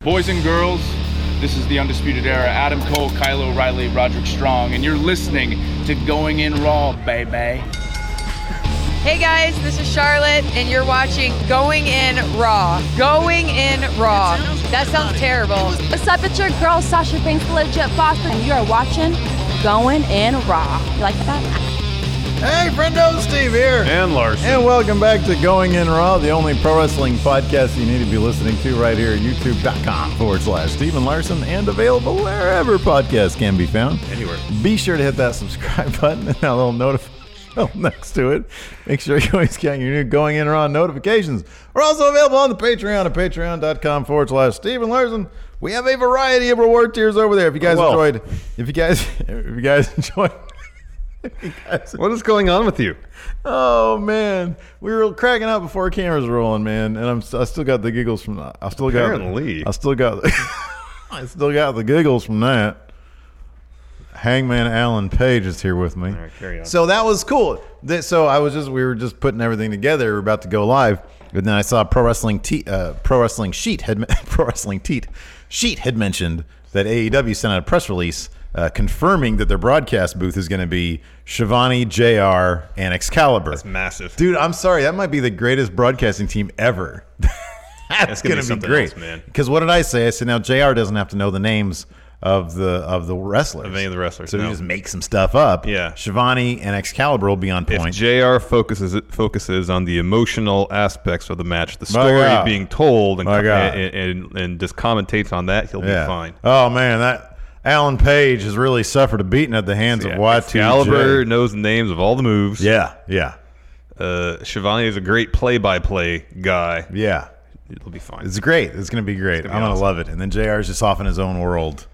Boys and girls, this is the Undisputed Era. Adam Cole, Kylo Riley, Roderick Strong, and you're listening to Going In Raw, baby. Hey guys, this is Charlotte, and you're watching Going In Raw. Going In Raw. That sounds terrible. What's up? It's your girl Sasha Banks, the legit boss, and you are watching Going In Raw. You like that? Hey, friendo, Steve here. And Larson. And welcome back to Going In Raw, the only pro wrestling podcast you need to be listening to right here at youtube.com forward slash Steven Larson and available wherever podcasts can be found. Anywhere. Be sure to hit that subscribe button and that little notification bell next to it. Make sure you always get your new Going In Raw notifications. We're also available on the Patreon at patreon.com forward slash Steven Larson. We have a variety of reward tiers over there. If you guys Oh, Well. enjoyed, if you guys, if you guys enjoyed, if you guys What is going on with you? Oh man, we were cracking up before cameras were rolling, man, and I'm I still got the giggles from that. I still got Apparently. I still got I still got the giggles from that. Hangman Alan Page is here with me. right, carry on. So that was cool. That, so I was just we were just putting everything together. We are about to go live, and then I saw pro wrestling te- uh, pro wrestling sheet had men- pro wrestling teat sheet had mentioned that AEW sent out a press release uh, confirming that their broadcast booth is going to be Shivani, Jr. and Excalibur. That's massive. Dude, I'm sorry. That might be the greatest broadcasting team ever. That's, gonna be gonna, be, something great, else, man. Because what did I say? I said now Jr. doesn't have to know the names of the of the wrestlers Of any of the wrestlers, so you no. just make some stuff up. Yeah. Shivani and Excalibur will be on If point. JR focuses focuses on the emotional aspects of the match, the My story God. being told, and, My God. and, and and just commentates on that, he'll yeah. be fine. Oh man, that Alan Page has really suffered a beating at the hands of Y2J. Excalibur knows the names of all the moves. Yeah, yeah, Uh, Shivani is a great play-by-play guy. yeah. It'll be fine. It's great. It's gonna be great. be I'm gonna awesome. love it. And then Jr. is just off in his own world.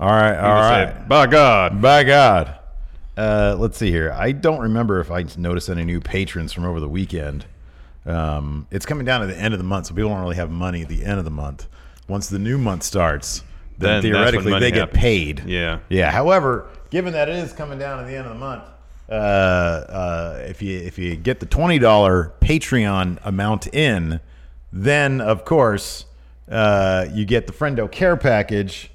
All right, all right. Say, By God. By God. Uh, let's see here. I don't remember if I noticed any new patrons from over the weekend. Um, it's coming down to the end of the month, so people don't really have money at the end of the month. Once the new month starts, then, Then that's when theoretically money they get happens. paid. Yeah. Yeah. However, given that it is coming down to the end of the month, uh, uh, if you if you get the twenty dollar Patreon amount in, then of course uh, you get the Friendo Care package,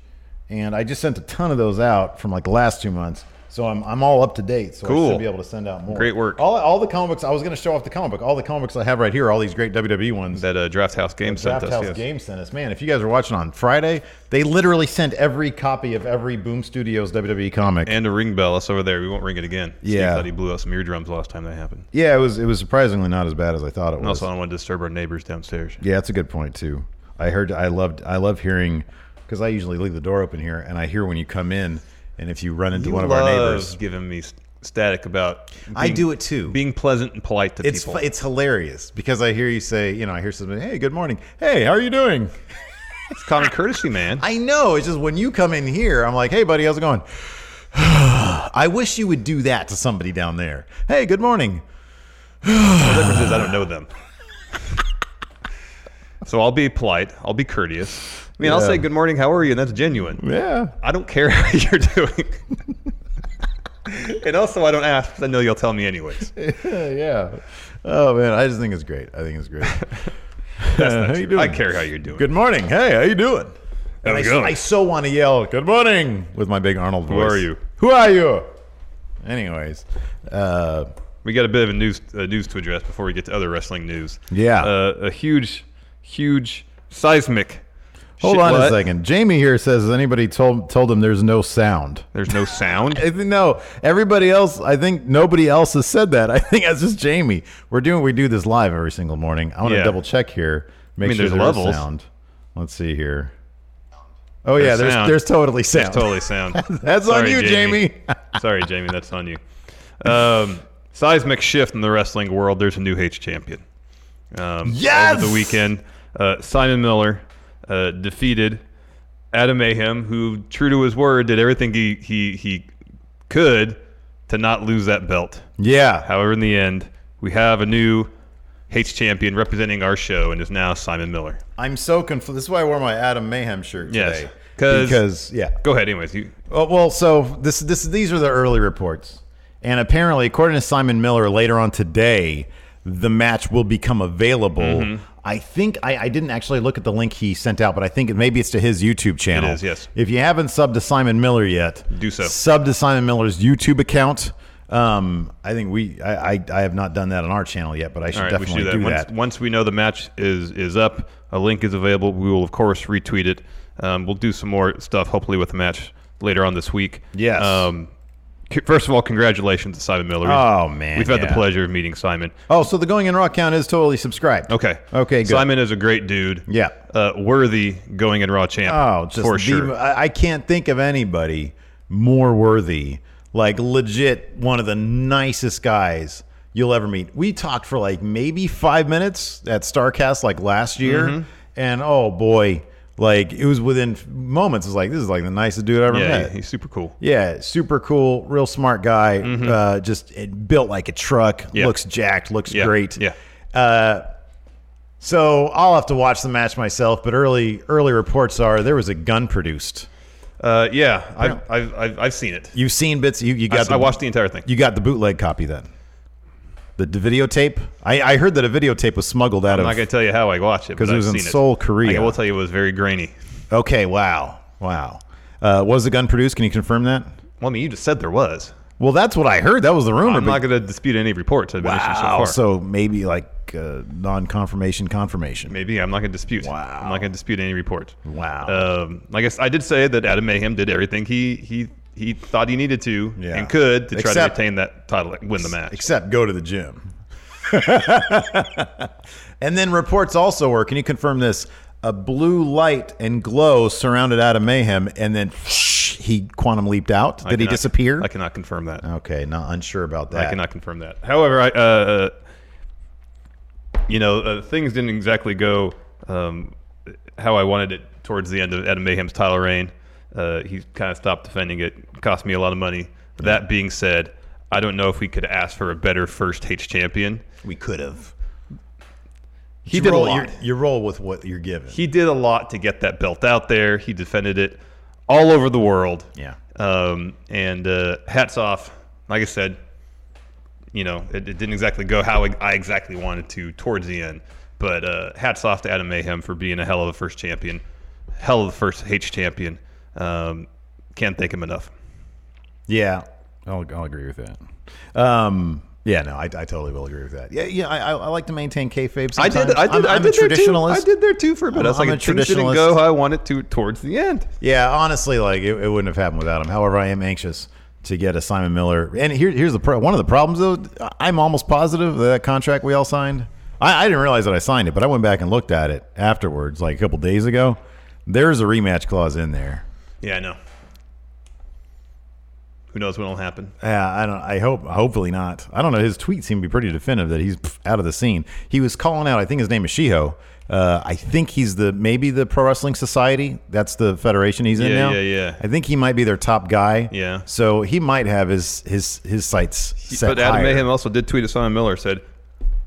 and I just sent a ton of those out from like the last two months. So I'm, I'm all up to date. So I Cool. should be able to send out more. Great work. All, all the comic books I was going to show off the comic book. All the comic books I have right here. All these great WWE ones. That uh, Draft House game sent Draft us. House yes. Games sent us. Man, if you guys are watching on Friday, they literally sent every copy of every Boom Studios WWE comic. And a ring bell. That's over there. We won't ring it again. Yeah. Steve thought he blew out some eardrums last time that happened. yeah, it was it was surprisingly not as bad as I thought it And was. also, I don't want to disturb our neighbors downstairs. yeah, that's a good point too. I heard I loved I love hearing because I usually leave the door open here, and I hear when you come in, and if you run into You one of our love neighbors, giving me st- static about. I being- do it too. Being pleasant and polite to it's fu- people. it's hilarious because I hear you say, you know, I hear something, hey, good morning, hey, how are you doing? It's common courtesy, man. I know. It's just when you come in here, I'm like, hey, buddy, how's it going? I wish you would do that to somebody down there. Hey, good morning. the difference is I don't know them. so I'll be polite. I'll be courteous. I mean, I'll Yeah. say good morning. How are you? And that's genuine. Yeah. I don't care how you're doing. and also, I don't ask. 'cause I know you'll tell me anyways. yeah. Oh man, I just think it's great. I think it's great. how you doing? I care how you're doing. Good morning. Hey, how you doing? How's And I, it going? I so want to yell, "Good morning!" with my big Arnold voice. are you? Who are you? Anyways, uh, We got a bit of a news uh, news to address before we get to other wrestling news. Yeah. uh, a huge, huge seismic. hold shit- on a what? second. Jamie here says, "Has anybody told told him there's no sound?" There's no sound. I think- no, everybody else. I think nobody else has said that. I think that's just Jamie. We're doing we do this live every single morning. I want to Yeah. double check here. Make mean, sure there's there is levels. sound. Let's see here. Oh yeah, There's there's sound. there's totally sound. That's totally sound. That's on you, Jamie. Sorry, Jamie. That's on you. Um, seismic shift in the wrestling world. There's a new H champion. Um, Yes! Over the weekend, uh, Simon Miller uh, defeated Adam Mayhem, who, true to his word, did everything he, he, he could to not lose that belt. Yeah. However, in the end, we have a new Hates champion representing our show and is now Simon Miller. I'm so confused. This is why I wore my Adam Mayhem shirt Yes. today. 'Cause- Because, yeah. Go ahead, anyways. You, Oh, well, so this this these are the early reports, and apparently, according to Simon Miller, later on today, the match will become available. Mm-hmm. I think I, I didn't actually look at the link he sent out, but I think maybe it's to his YouTube channel. is, yes. If you haven't subbed to Simon Miller yet, Do so. Sub to Simon Miller's YouTube account. Um, I think we I, I I have not done that on our channel yet, but I should all right, we should definitely do that. do once, that. once we know the match is is up, a link is available. We will of course retweet it. Um, we'll do some more stuff, hopefully with the match later on this week. Yes. Um, c- first of all, congratulations to Simon Miller. We've- Oh, man, we've had yeah. the pleasure of meeting Simon. Oh, so the Going in Raw account is totally subscribed. Okay. Okay. Good. Simon is a great dude. Yeah. Uh, worthy going in Raw champ. Oh, just for the, sure. I I can't think of anybody more worthy. Like legit, one of the nicest guys you'll ever meet. We talked for like maybe five minutes at Starcast like last year, Mm-hmm. and oh boy, like it was within moments. It's like this is like the nicest dude I ever yeah, met. he's super cool. Yeah, super cool, real smart guy. Uh, just it built like a truck. Mm-hmm. Yeah. Looks jacked. Looks Yeah, great. yeah. Uh, so I'll have to watch the match myself. But early early reports are there was a gun produced. Uh, yeah, I've, I've, I've, I've seen it. You've seen bits. You you I, got. the, I watched the entire thing. You got the bootleg copy then. The, the videotape. I, I heard that a videotape was smuggled out I'm of. not going to tell you how I watched it 'Cause but it I've was in seen Seoul, I Korea. will tell you it was very grainy. okay. Wow. Wow. Uh, was the gun produced? Can you confirm that? Well, I mean, you just said there was. Well, that's what I heard. That was the rumor. I'm but- not going to dispute any reports that have been issued so Wow. far. So maybe like uh, non-confirmation, confirmation. Maybe I'm not going to dispute. Wow. I'm not going to dispute any report. Wow. Um, like I, s- I did say that Adam Mayhem did everything he he he thought he needed to Yeah. and could to try Except- to retain that title, and win the match. Except go to the gym. and then reports also were. Can you confirm this? A blue light and glow surrounded Adam Mayhem, and then he quantum leaped out. I Did he cannot- disappear? I cannot confirm that. okay, not unsure about that. I cannot confirm that. However, I, uh, you know, uh, things didn't exactly go um, how I wanted it towards the end of Adam Mayhem's title reign. Uh, he kind of stopped defending it. Cost me a lot of money. That being said, I don't know if we could ask for a better first H champion. We could have. He You did roll- a lot. You, you roll with what you're given. He did a lot to get that belt out there. He defended it all over the world. Yeah. Um, and uh, hats off. Like I said, you know, it, it didn't exactly go how I I exactly wanted to towards the end. But uh, hats off to Adam Mayhem for being a hell of a first champion, hell of a first H champion. Um, can't thank him enough. Yeah, I'll, I'll agree with that. Um, yeah, no, I, I totally will agree with that. Yeah, yeah, I, I, I like to maintain kayfabe. I did. sometimes. I I'm, did. i I'm did a there too. traditionalist. I did there too for a bit. I was I'm a like, it things didn't traditionalist. go how I wanted to towards the end. Yeah, honestly, like it, it wouldn't have happened without him. However, I am anxious to get a Simon Miller. And here, here's the pro- one of the problems though. I'm almost positive that, that contract we all signed. I, I didn't realize that I signed it, but I went back and looked at it afterwards, like a couple days ago. There's a rematch clause in there. Yeah, I know. Who knows what'll happen? Yeah, I don't. I hope. Hopefully not. I don't know. His tweet seemed to be pretty definitive that he's pff, out of the scene. He was calling out. I think his name is Shiho. Uh, I think he's the maybe the Pro Wrestling Society. That's the federation he's in Yeah, now. yeah, yeah. I think he might be their top guy. Yeah. So he might have his his his sights set but Adam higher. Mayhem also did tweet at Simon Miller said,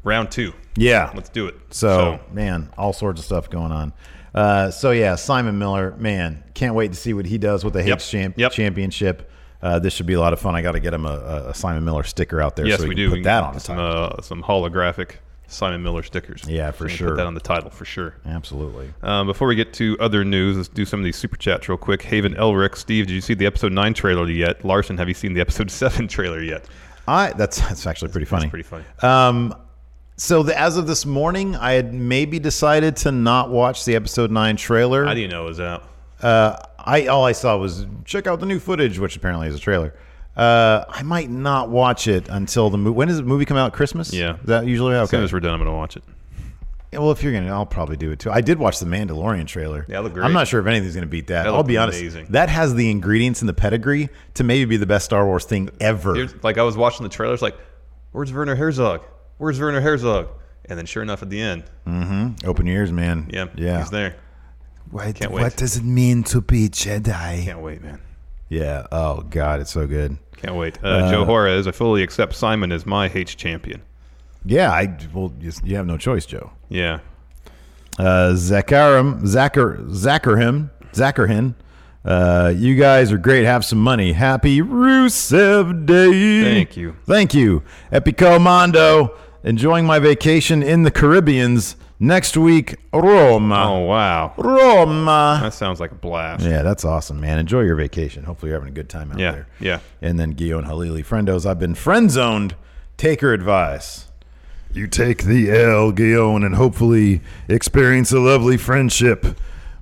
"Round two, Yeah. let's do it." So, man, all sorts of stuff going on. Uh, so yeah, Simon Miller, man, can't wait to see what he does with the Yep. H champ- Yep. championship. Uh, this should be a lot of fun. I got to get him a, a- a Simon Miller sticker out there. yes, so we can do. Put We can that get on the some, title. uh, some holographic Simon Miller stickers. Yeah, We for can sure. Put that on the title for sure. Absolutely. Um, before we get to other news, let's do some of these super chats real quick. Haven Elric, Steve, did you see the episode nine trailer yet? Larson, have you seen the episode seven trailer yet? I that's that's actually pretty funny. Pretty funny. Um, so the, as of this morning, I had maybe decided to not watch the episode nine trailer. How do you know it was out? Uh, I all I saw was check out the new footage, which apparently is a trailer. Uh, I might not watch it until the movie. When does the movie come out? Christmas? Yeah. Is that usually As soon okay. as we're done, I'm gonna watch it. Yeah, well, if you're gonna, I'll probably do it too. I did watch the Mandalorian trailer. Yeah, it looked I'm great. not sure if anything's gonna beat that. That I'll be looked honest. amazing. That has the ingredients and the pedigree to maybe be the best Star Wars thing ever. Here's- like I was watching the trailers, like, where's Werner Herzog? Where's Werner Herzog? And then sure enough, at the end, Open your ears, man. yeah, Yeah. he's there. What, Can't wait. what does it mean to be Jedi? Can't wait, man. Yeah. Oh God, it's so good. Can't wait. Uh, Joe Juarez, I fully accept Simon as my H champion. Yeah. I well, you, you have no choice, Joe. Yeah. Uh, Zacharum, Zachar, Zacharhim, Zacharhin. Uh, you guys are great. Have some money. Happy Rusev Day. Thank you. Thank you. Epico Mondo. Enjoying my vacation in the Caribbeans. Next week, Oh, Roma. wow. Roma. That sounds like a blast. Yeah, that's awesome, man. Enjoy your vacation. Hopefully, you're having a good time out Yeah, there. yeah. And then Guillaume Halili, friendos, I've been friend zoned. Take her advice. You take the L, Guillaume, and hopefully experience a lovely friendship.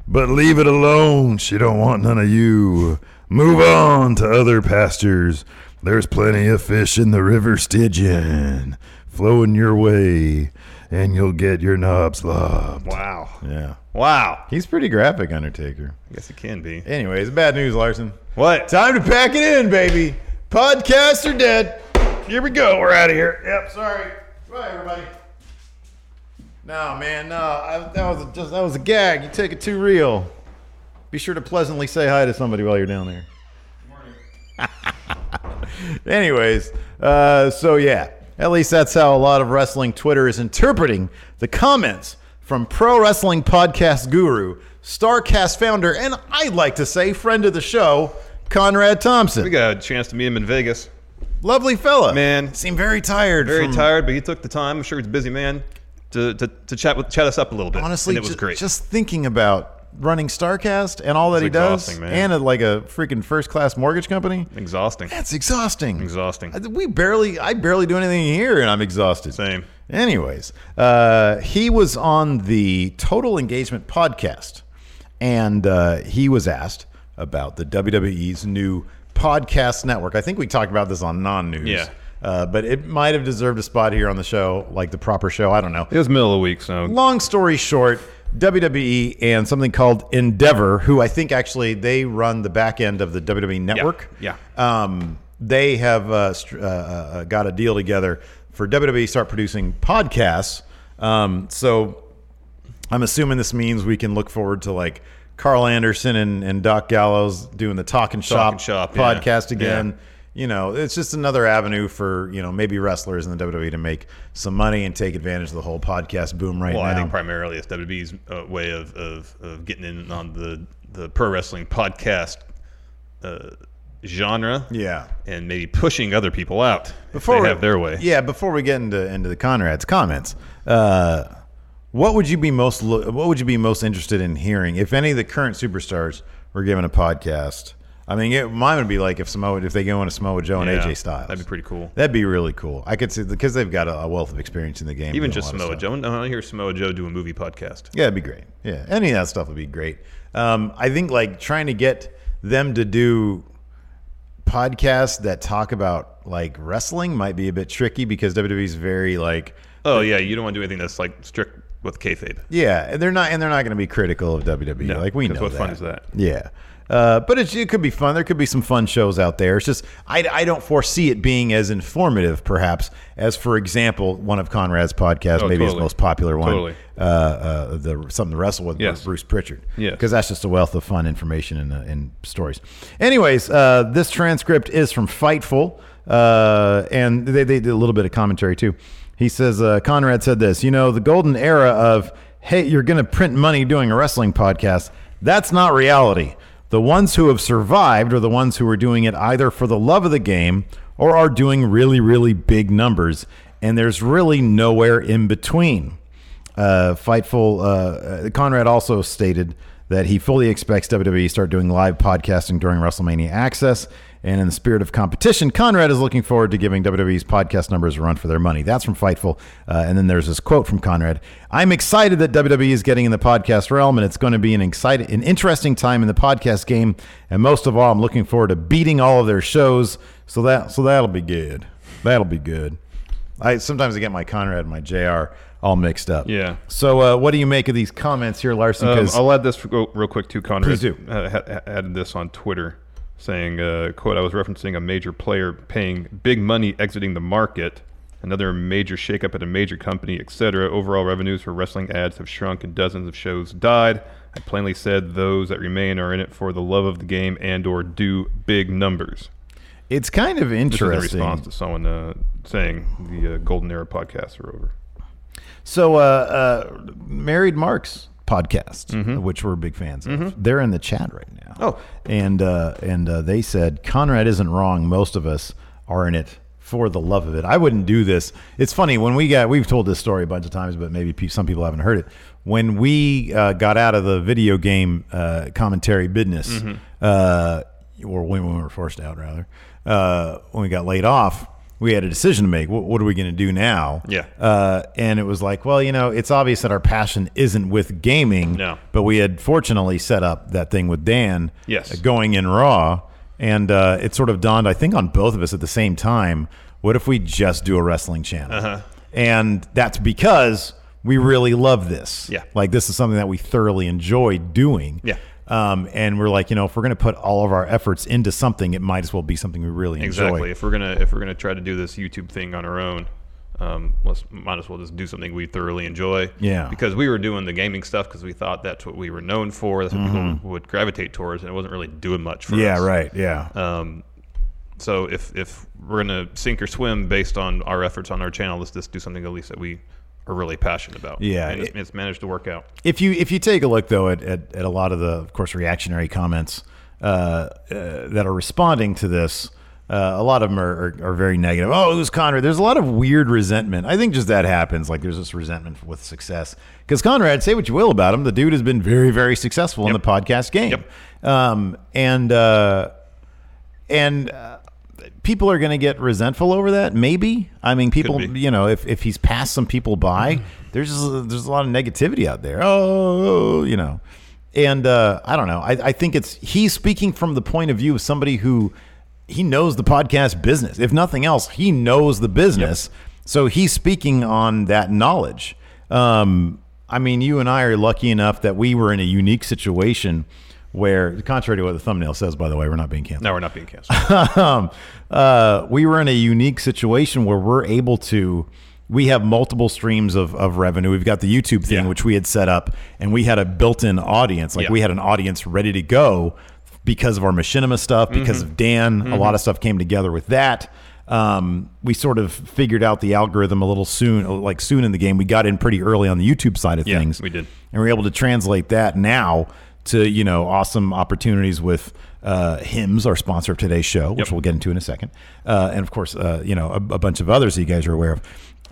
But leave it alone. She don't want none of you. Move on to other pastures. There's plenty of fish in the river Stygian flowing your way, and you'll get your knobs lobbed. Wow. Yeah. Wow. He's pretty graphic, Undertaker. I guess it can be. Anyways, bad news, Larson. What? Time to pack it in, baby. Podcasts are dead. Here we go. We're out of here. Yep. Sorry. Bye, everybody. No, man. No, I, that was a, just that was a gag. You take it too real. Be sure to pleasantly say hi to somebody while you're down there. Anyways, uh, so yeah, at least that's how a lot of wrestling Twitter is interpreting the comments from pro wrestling podcast guru, Starcast founder, and I'd like to say friend of the show, Conrad Thompson. We got a chance to meet him in Vegas. Lovely fella, Man. Seemed very tired. Very from- tired, but he took the time. I'm sure he's a busy man to, to, to chat with chat us up a little bit. Honestly, and it was ju- great. Just thinking about running Starcast and all that It's he does, exhausting, man. and a, like a freaking first class mortgage company. exhausting. That's exhausting. Exhausting. I- We barely, I barely do anything here, and I'm exhausted. Same. Anyways, uh, he was on the Total Engagement podcast, and uh, he was asked about the WWE's new podcast network. I think we talked about this on non-news. Yeah. Uh, but it might have deserved a spot here on the show, like the proper show. I don't know. It was middle of the week, so Long story short, WWE and something called Endeavor, who I think actually they run the back end of the WWE network. yeah. Um, they have uh, str- uh, uh, got a deal together for WWE to start producing podcasts. Um, so I'm assuming this means we can look forward to like Carl Anderson and, and Doc Gallows doing the Talking Shop, Talkin' Shop, yeah. podcast again. You know, it's just another avenue for you know maybe wrestlers in the WWE to make some money and take advantage of the whole podcast boom right well, now. I think primarily it's WWE's uh, way of, of, of getting in on the, the pro wrestling podcast uh, genre. yeah. and maybe pushing other people out if we- they have their way. Yeah, before we get into into the Conrad's comments, uh, what would you be most lo- what would you be most interested in hearing if any of the current superstars were given a podcast? I mean, it, mine would be like if Samoa if they go into Samoa Joe and Yeah, AJ Styles. that'd be pretty cool. That'd be really cool. I could see because they've got a, a wealth of experience in the game. doing Even a just lot of Samoa stuff. Joe. I want to hear Samoa Joe do a movie podcast. Yeah, it'd be great. Yeah, any of that stuff would be great. Um, I think like trying to get them to do podcasts that talk about like wrestling might be a bit tricky because WWE's very like Oh yeah, you don't want to do anything that's like strict with kayfabe. yeah, and they're not and they're not going to be critical of WWE. No, like we 'cause know what that. fun is that? Yeah. Uh, but it, it could be fun. There could be some fun shows out there. It's just I, I don't foresee it being as informative, perhaps, as for example one of Conrad's podcasts, Oh, maybe his totally. most popular one, Totally. uh, uh, the something to wrestle with Yes. Bruce Pritchard. Yes. because that's just a wealth of fun information and, uh, and stories. Anyways, uh, this transcript is from Fightful, uh, and they, they did a little bit of commentary too. He says uh, Conrad said this. You know, the golden era of hey, you're going to print money doing a wrestling podcast. That's not reality. The ones who have survived are the ones who are doing it either for the love of the game or are doing really, really big numbers. And there's really nowhere in between. Uh, Fightful uh, uh, Conrad also stated that he fully expects WWE to start doing live podcasting during WrestleMania Access. And in the spirit of competition, Conrad is looking forward to giving WWE's podcast numbers a run for their money. That's from Fightful. Uh, and then there's this quote from Conrad I'm excited that WWE is getting in the podcast realm, and it's going to be an, exciting, an interesting time in the podcast game. And most of all, I'm looking forward to beating all of their shows. So, that, so that'll be good. That'll be good. I sometimes I get my Conrad and my JR all mixed up. Yeah. So uh, what do you make of these comments here, Larson? Um, 'Cause- I'll add this real, real quick too, Conrad. Please do. Uh, ha- ha- added this on Twitter, saying, uh, "quote I was referencing a major player paying big money exiting the market, another major shakeup at a major company, etc. Overall revenues for wrestling ads have shrunk and dozens of shows died. I plainly said those that remain are in it for the love of the game and or do big numbers. It's kind of This is in interesting. response to someone uh, saying the uh, Golden Era podcasts are over. So, uh, uh, Married Marks podcast, which we're big fans of, they're in the chat right now. Mm-hmm. Oh. and uh, and uh, they said Conrad isn't wrong. Most of us are in it for the love of it. I wouldn't do this. It's funny when we got we've told this story a bunch of times, but maybe pe- some people haven't heard it. When we uh, got out of the video game uh, commentary business, Mm-hmm. uh, or when we were forced out, rather, uh, when we got laid off. We had a decision to make. What, what are we going to do now? Yeah. Uh, and it was like, well, you know, it's obvious that our passion isn't with gaming. No. But we had fortunately set up that thing with Dan. Yes. uh, Going in raw, and uh, it sort of dawned, I think, on both of us at the same time. What if we just do a wrestling channel? Uh-huh. And that's because we really love this. Yeah. Like this is something that we thoroughly enjoy doing. Yeah. Um, and we're like, you know, if we're going to put all of our efforts into something, it might as well be something we really Exactly. enjoy. If we're gonna if we're gonna try to do this YouTube thing on our own, um, let's might as well just do something we thoroughly enjoy. Yeah. Because we were doing the gaming stuff because we thought that's what we were known for. That's what people would gravitate towards, and it wasn't really doing much for Mm-hmm. Yeah. us. Right. Yeah. Um, so if if we're gonna sink or swim based on our efforts on our channel, let's just do something at least that we are really passionate about. Yeah, And it's, it- it's managed to work out. if you if you take a look though at, at, at a lot of the of course reactionary comments uh, uh, that are responding to this uh, a lot of them are, are, are very negative oh it was conrad there's a lot of weird resentment i think just that happens like there's this resentment with success because conrad say what you will about him the dude has been very very successful in the podcast game um, and uh, and uh, people are going to get resentful over that. Maybe I mean people, Could be. you know, if, if he's passed some people by, there's just, there's a lot of negativity out there. Oh, you know, and uh, I don't know. I, I think it's he's speaking from the point of view of somebody who he knows the podcast business. If nothing else, he knows the business, so he's speaking on that knowledge. Um, I mean, you and I are lucky enough that we were in a unique situation where, contrary to what the thumbnail says, by the way, we're not being canceled Now we're not being canceled. um, uh, we were in a unique situation where we're able to we have multiple streams of, of revenue we've got the youtube thing Yeah. which we had set up and we had a built-in audience like Yeah. we had an audience ready to go because of our machinima stuff Mm-hmm. because of dan a lot of stuff came together with that um, we sort of figured out the algorithm a little soon like soon in the game we got in pretty early on the youtube side of Yeah, things we did. and we're able to translate that now to you know awesome opportunities with uh, hymns our sponsor of today's show which Yep. we'll get into in a second uh, and of course uh, you know a, a bunch of others that you guys are aware of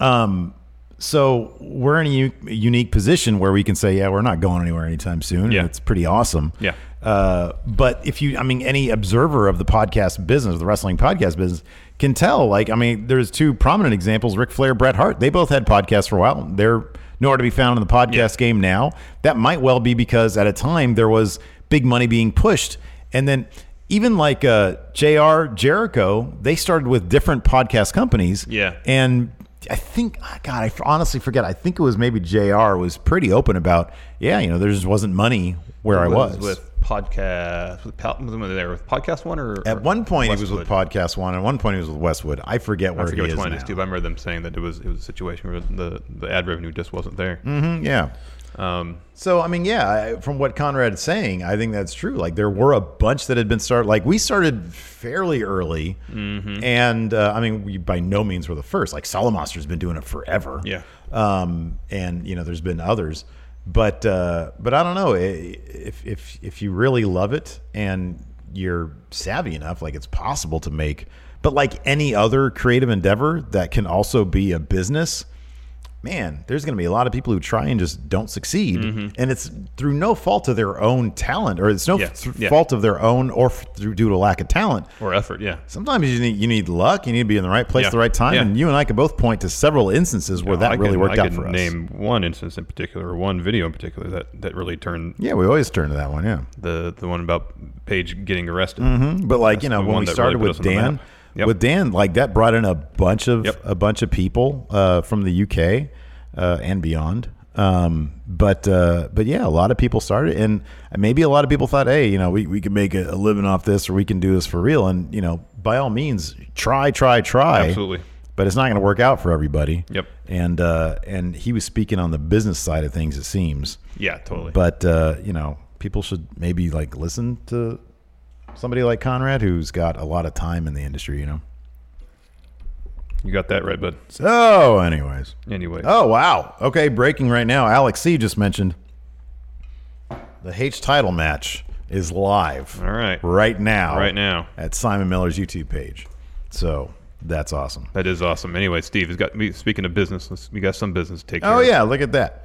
um, so we're in a u- unique position where we can say yeah we're not going anywhere anytime soon and Yeah. it's pretty awesome Yeah. uh, but if you, I mean, any observer of the podcast business, the wrestling podcast business, can tell. Like, I mean, there's two prominent examples: Ric Flair, Bret Hart. They both had podcasts for a while. They're nowhere to be found in the podcast game now. That might well be because at a time there was big money being pushed, and then even like uh, Jr. Jericho, they started with different podcast companies. Yeah. and. I think ah, God, I honestly forget. I think it was maybe Jr. was pretty open about, yeah, you know, there just wasn't money where I was. with podcast. With, Pal- was it there with podcast one or or At one point, he was with Westwood? Podcast One. At one point, he was with Westwood. I forget where I forget he which is one now. it is too, but I remember them saying that it was it was a situation where the, the ad revenue just wasn't there. Mhm, yeah. Um, So I mean, yeah. I- From what Conrad's saying, I think that's true. Like there were a bunch that had been started. Like we started fairly early, Mm-hmm. and uh, I mean, we by no means were the first. Like Solomonster's been doing it forever. Yeah. Um, and you know, there's been others, but uh, but I don't know i- if if if you really love it and you're savvy enough, like it's possible to make. But like any other creative endeavor that can also be a business, man, there's going to be a lot of people who try and just don't succeed, and it's through no fault of their own talent, or it's no Mm-hmm. Yeah, th- yeah. fault of their own, or f- through due to lack of talent. or effort, yeah. Sometimes you need you need luck. You need to be in the right place Yeah, at the right time, yeah. and you and I could both point to several instances where that I really can, worked I out can for us. name one instance in particular, or one video in particular that, that really turned Yeah, we always turn to that one. Yeah, the the one about Paige getting arrested. but like you know the when one we that started really with put us on the Dan, map. Yep. with Dan like that brought in a bunch of Yep. a bunch of people uh, from the UK uh, and beyond. Um, but uh, but yeah, a lot of people started, and maybe a lot of people thought, hey, you know, we we can make a, a living off this, or we can do this for real, and you know, by all means, try, try, try. Absolutely. but it's not going to work out for everybody. Yep. And uh, and he was speaking on the business side of things. It seems. Yeah, totally. But uh, you know, people should maybe like listen to somebody like Conrad, who's got a lot of time in the industry. You know. you got that right, bud. So, anyways. Anyway, Oh wow. Okay, breaking right now. Alex C just mentioned the H title match is live. All right. Right now. Right now. At Simon Miller's YouTube page. So that's awesome. that is awesome. Anyway, Steve has got me. Speaking of business, let's- we got some business to take. care Oh of. yeah, look at that.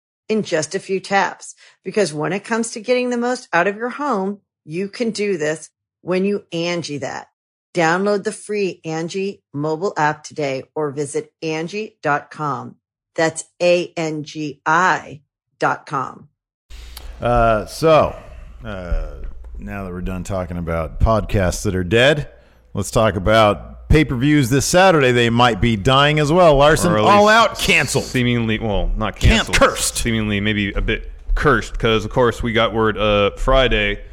in just a few taps. Because when it comes to getting the most out of your home, you can do this when you Angie that. Download the free Angie mobile app today or visit Angie.com. That's A-N-G-I dot com. Uh, so uh, now that we're done talking about podcasts that are dead, let's talk about pay per views this Saturday. They might be dying as well. Larson, Or at all least out canceled. Seemingly, well, not Can't- canceled. cursed. Seemingly, maybe a bit cursed because, of course, we got word uh, Friday.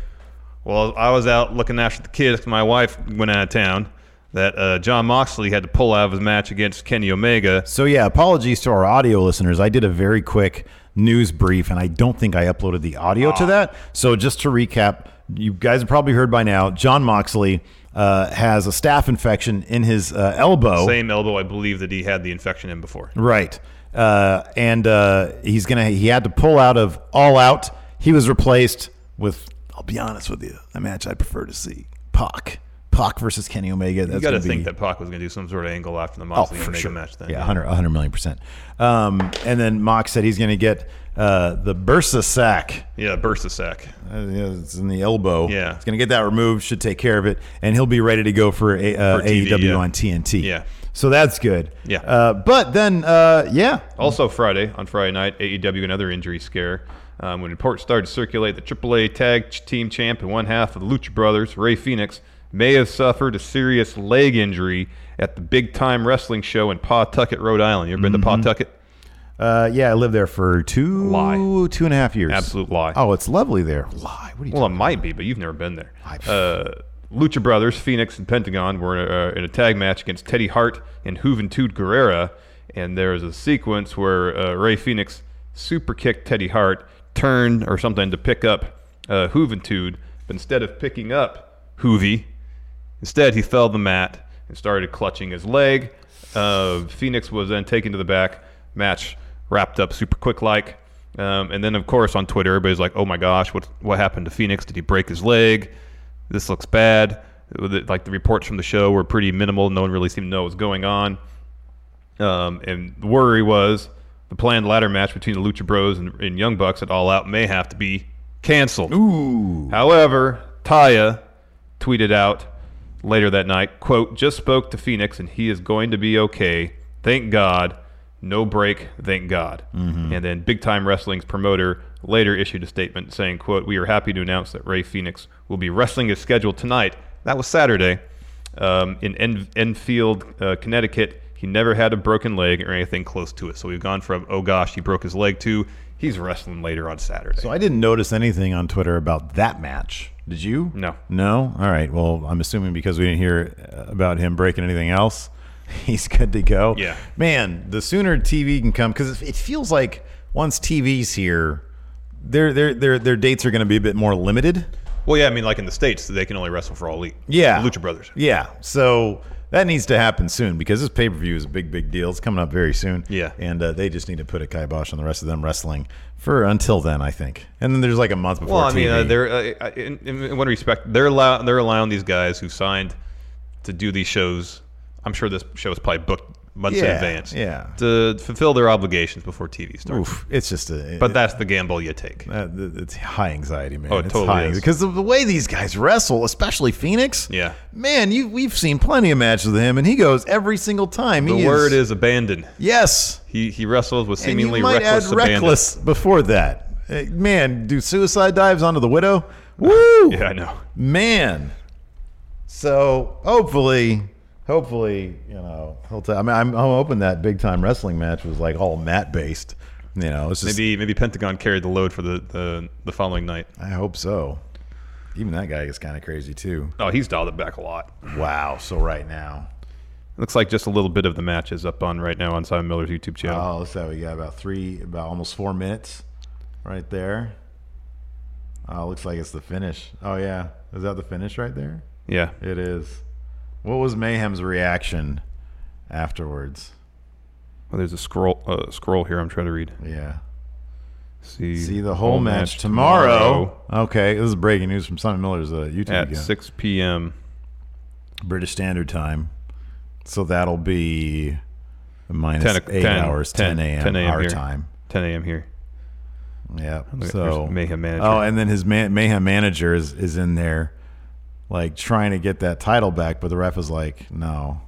Well, I was out looking after the kids. 'cause My wife went out of town. That uh, John Moxley had to pull out of his match against Kenny Omega. So yeah, apologies to our audio listeners. I did a very quick news brief, and I don't think I uploaded the audio to that. So just to recap, you guys have probably heard by now, John Moxley uh, has a staph infection in his uh, elbow. Same elbow, I believe that he had the infection in before. Right. Uh, and uh, he's gonna. He had to pull out of All Out. He was replaced with. I'll be honest with you. A match I prefer to see: Pac, Pac versus Kenny Omega. That's you got to gonna be- think that Pac was going to do some sort of angle after the Oh, Moxley for Omega sure. match. Then yeah, 100, 100 million percent. Um, and then Mox said he's going to get uh, the bursa sack. yeah, burst the sack. Uh, yeah, it's in the elbow. Yeah. He's going to get that removed, should take care of it, and he'll be ready to go for, a, uh, For TV, AEW yeah. on TNT. Yeah. So that's good. Yeah. Uh, but then, uh, yeah. Also Friday, on Friday night, E AEW another injury scare. Um, when reports started to circulate, the AAA Tag Team Champ and one half of the Lucha Brothers, Ray Phoenix, may have suffered a serious leg injury at the Big Time Wrestling Show in Pawtucket, Rhode Island. You ever been to Pawtucket? Uh, yeah, I lived there for two, Lie. two and a half years. Absolute lie. Oh, it's lovely there. Lie. What are you Well, it talking might be, but you've never been there. Uh, Lucha Brothers, Phoenix, and Pentagon were uh, in a tag match against Teddy Hart and Juventud Guerrera, and there was a sequence where uh, Ray Phoenix super kicked Teddy Hart, turned or something to pick up uh, Juventud, but instead of picking up Juvie, Instead, he fell to the mat and started clutching his leg. Uh, Phoenix was then taken to the back. Match wrapped up super quick like. Um, and then, of course, on Twitter, everybody's like, "Oh my gosh, what what happened to Phoenix? Did he break his leg? This looks bad." The- Like the reports from the show were pretty minimal. No one really seemed to know what was going on. Um, and the worry was the planned ladder match between the Lucha Bros and, and Young Bucks at All Out may have to be canceled. Ooh. However, Taya tweeted out later that night, quote, just spoke to Phoenix and he is going to be okay. Thank God. No break, thank God. And then Big Time Wrestling's promoter later issued a statement saying, quote, we are happy to announce that Ray Phoenix will be wrestling as scheduled tonight. That was Saturday um, in en- Enfield, uh, Connecticut. He never had a broken leg or anything close to it. So we've gone from, oh gosh, he broke his leg to he's wrestling later on Saturday. So I didn't notice anything on Twitter about that match. Did you? No. No? All right. Well, I'm assuming because we didn't hear uh, about him breaking anything else, he's good to go. Yeah. Man, the sooner TV can come, because it feels like once TV's here, their, their, their, their dates are going to be a bit more limited. well, yeah, I mean, like in the States, they can only wrestle for all elite. Yeah. The Lucha Brothers. Yeah. So that needs to happen soon because this pay per view is a big, big deal. It's coming up very soon. Yeah. and uh, they just need to put a kibosh on the rest of them wrestling for until then, I think. And then there's like a month before. Well, I mean, TV. uh, they're uh, uh, in, in, in one respect, they're allow, they're allowing these guys who signed to do these shows. I'm sure this show is probably booked months in Yeah, advance. yeah. To fulfill their obligations before TV starts. Oof, it's just a. But that's the gamble you take. Uh, th- it's high anxiety, man. Oh, it it's totally high is. Because of the way these guys wrestle, especially Phoenix. Yeah. Man, you we've seen plenty of matches with him, and he goes every single time. The he word is abandon. yes. He he wrestles with And seemingly you might reckless add abandon. reckless before that. Uh, Man, do suicide dives onto the widow? Woo! Yeah, I know. Man. So hopefully, hopefully, you know, he'll t- I mean, I'm, I'm hoping that big time wrestling match was like all mat based. You know, it's just Maybe maybe Pentagon carried the load for the the, the following night. I hope so. Even that guy is kind of crazy too. Oh, he's dialed it back a lot. Wow. So right now, Looks like just a little bit of the match is up on right now on Simon Miller's YouTube channel. oh, what's that? We got about three, about almost four minutes, right there. Oh, looks like it's the finish. Oh yeah, is that the finish right there? Yeah. It is. What was Mayhem's reaction afterwards? Well, Oh, there's a scroll uh, scroll here. I'm trying to read. Yeah. See, See the whole match, tomorrow. Okay, this is breaking news from Simon Miller's uh, YouTube at account. 6 p.m. British Standard Time. So that'll be minus 10 o- eight 10, hours, 10, 10 a.m. 10 a.m. our here. time. 10 a.m. here. Yeah. Look, So there's Mayhem Manager. Oh, and then his man, Mayhem manager is, is in there, like trying to get that title back, but the ref is like, no.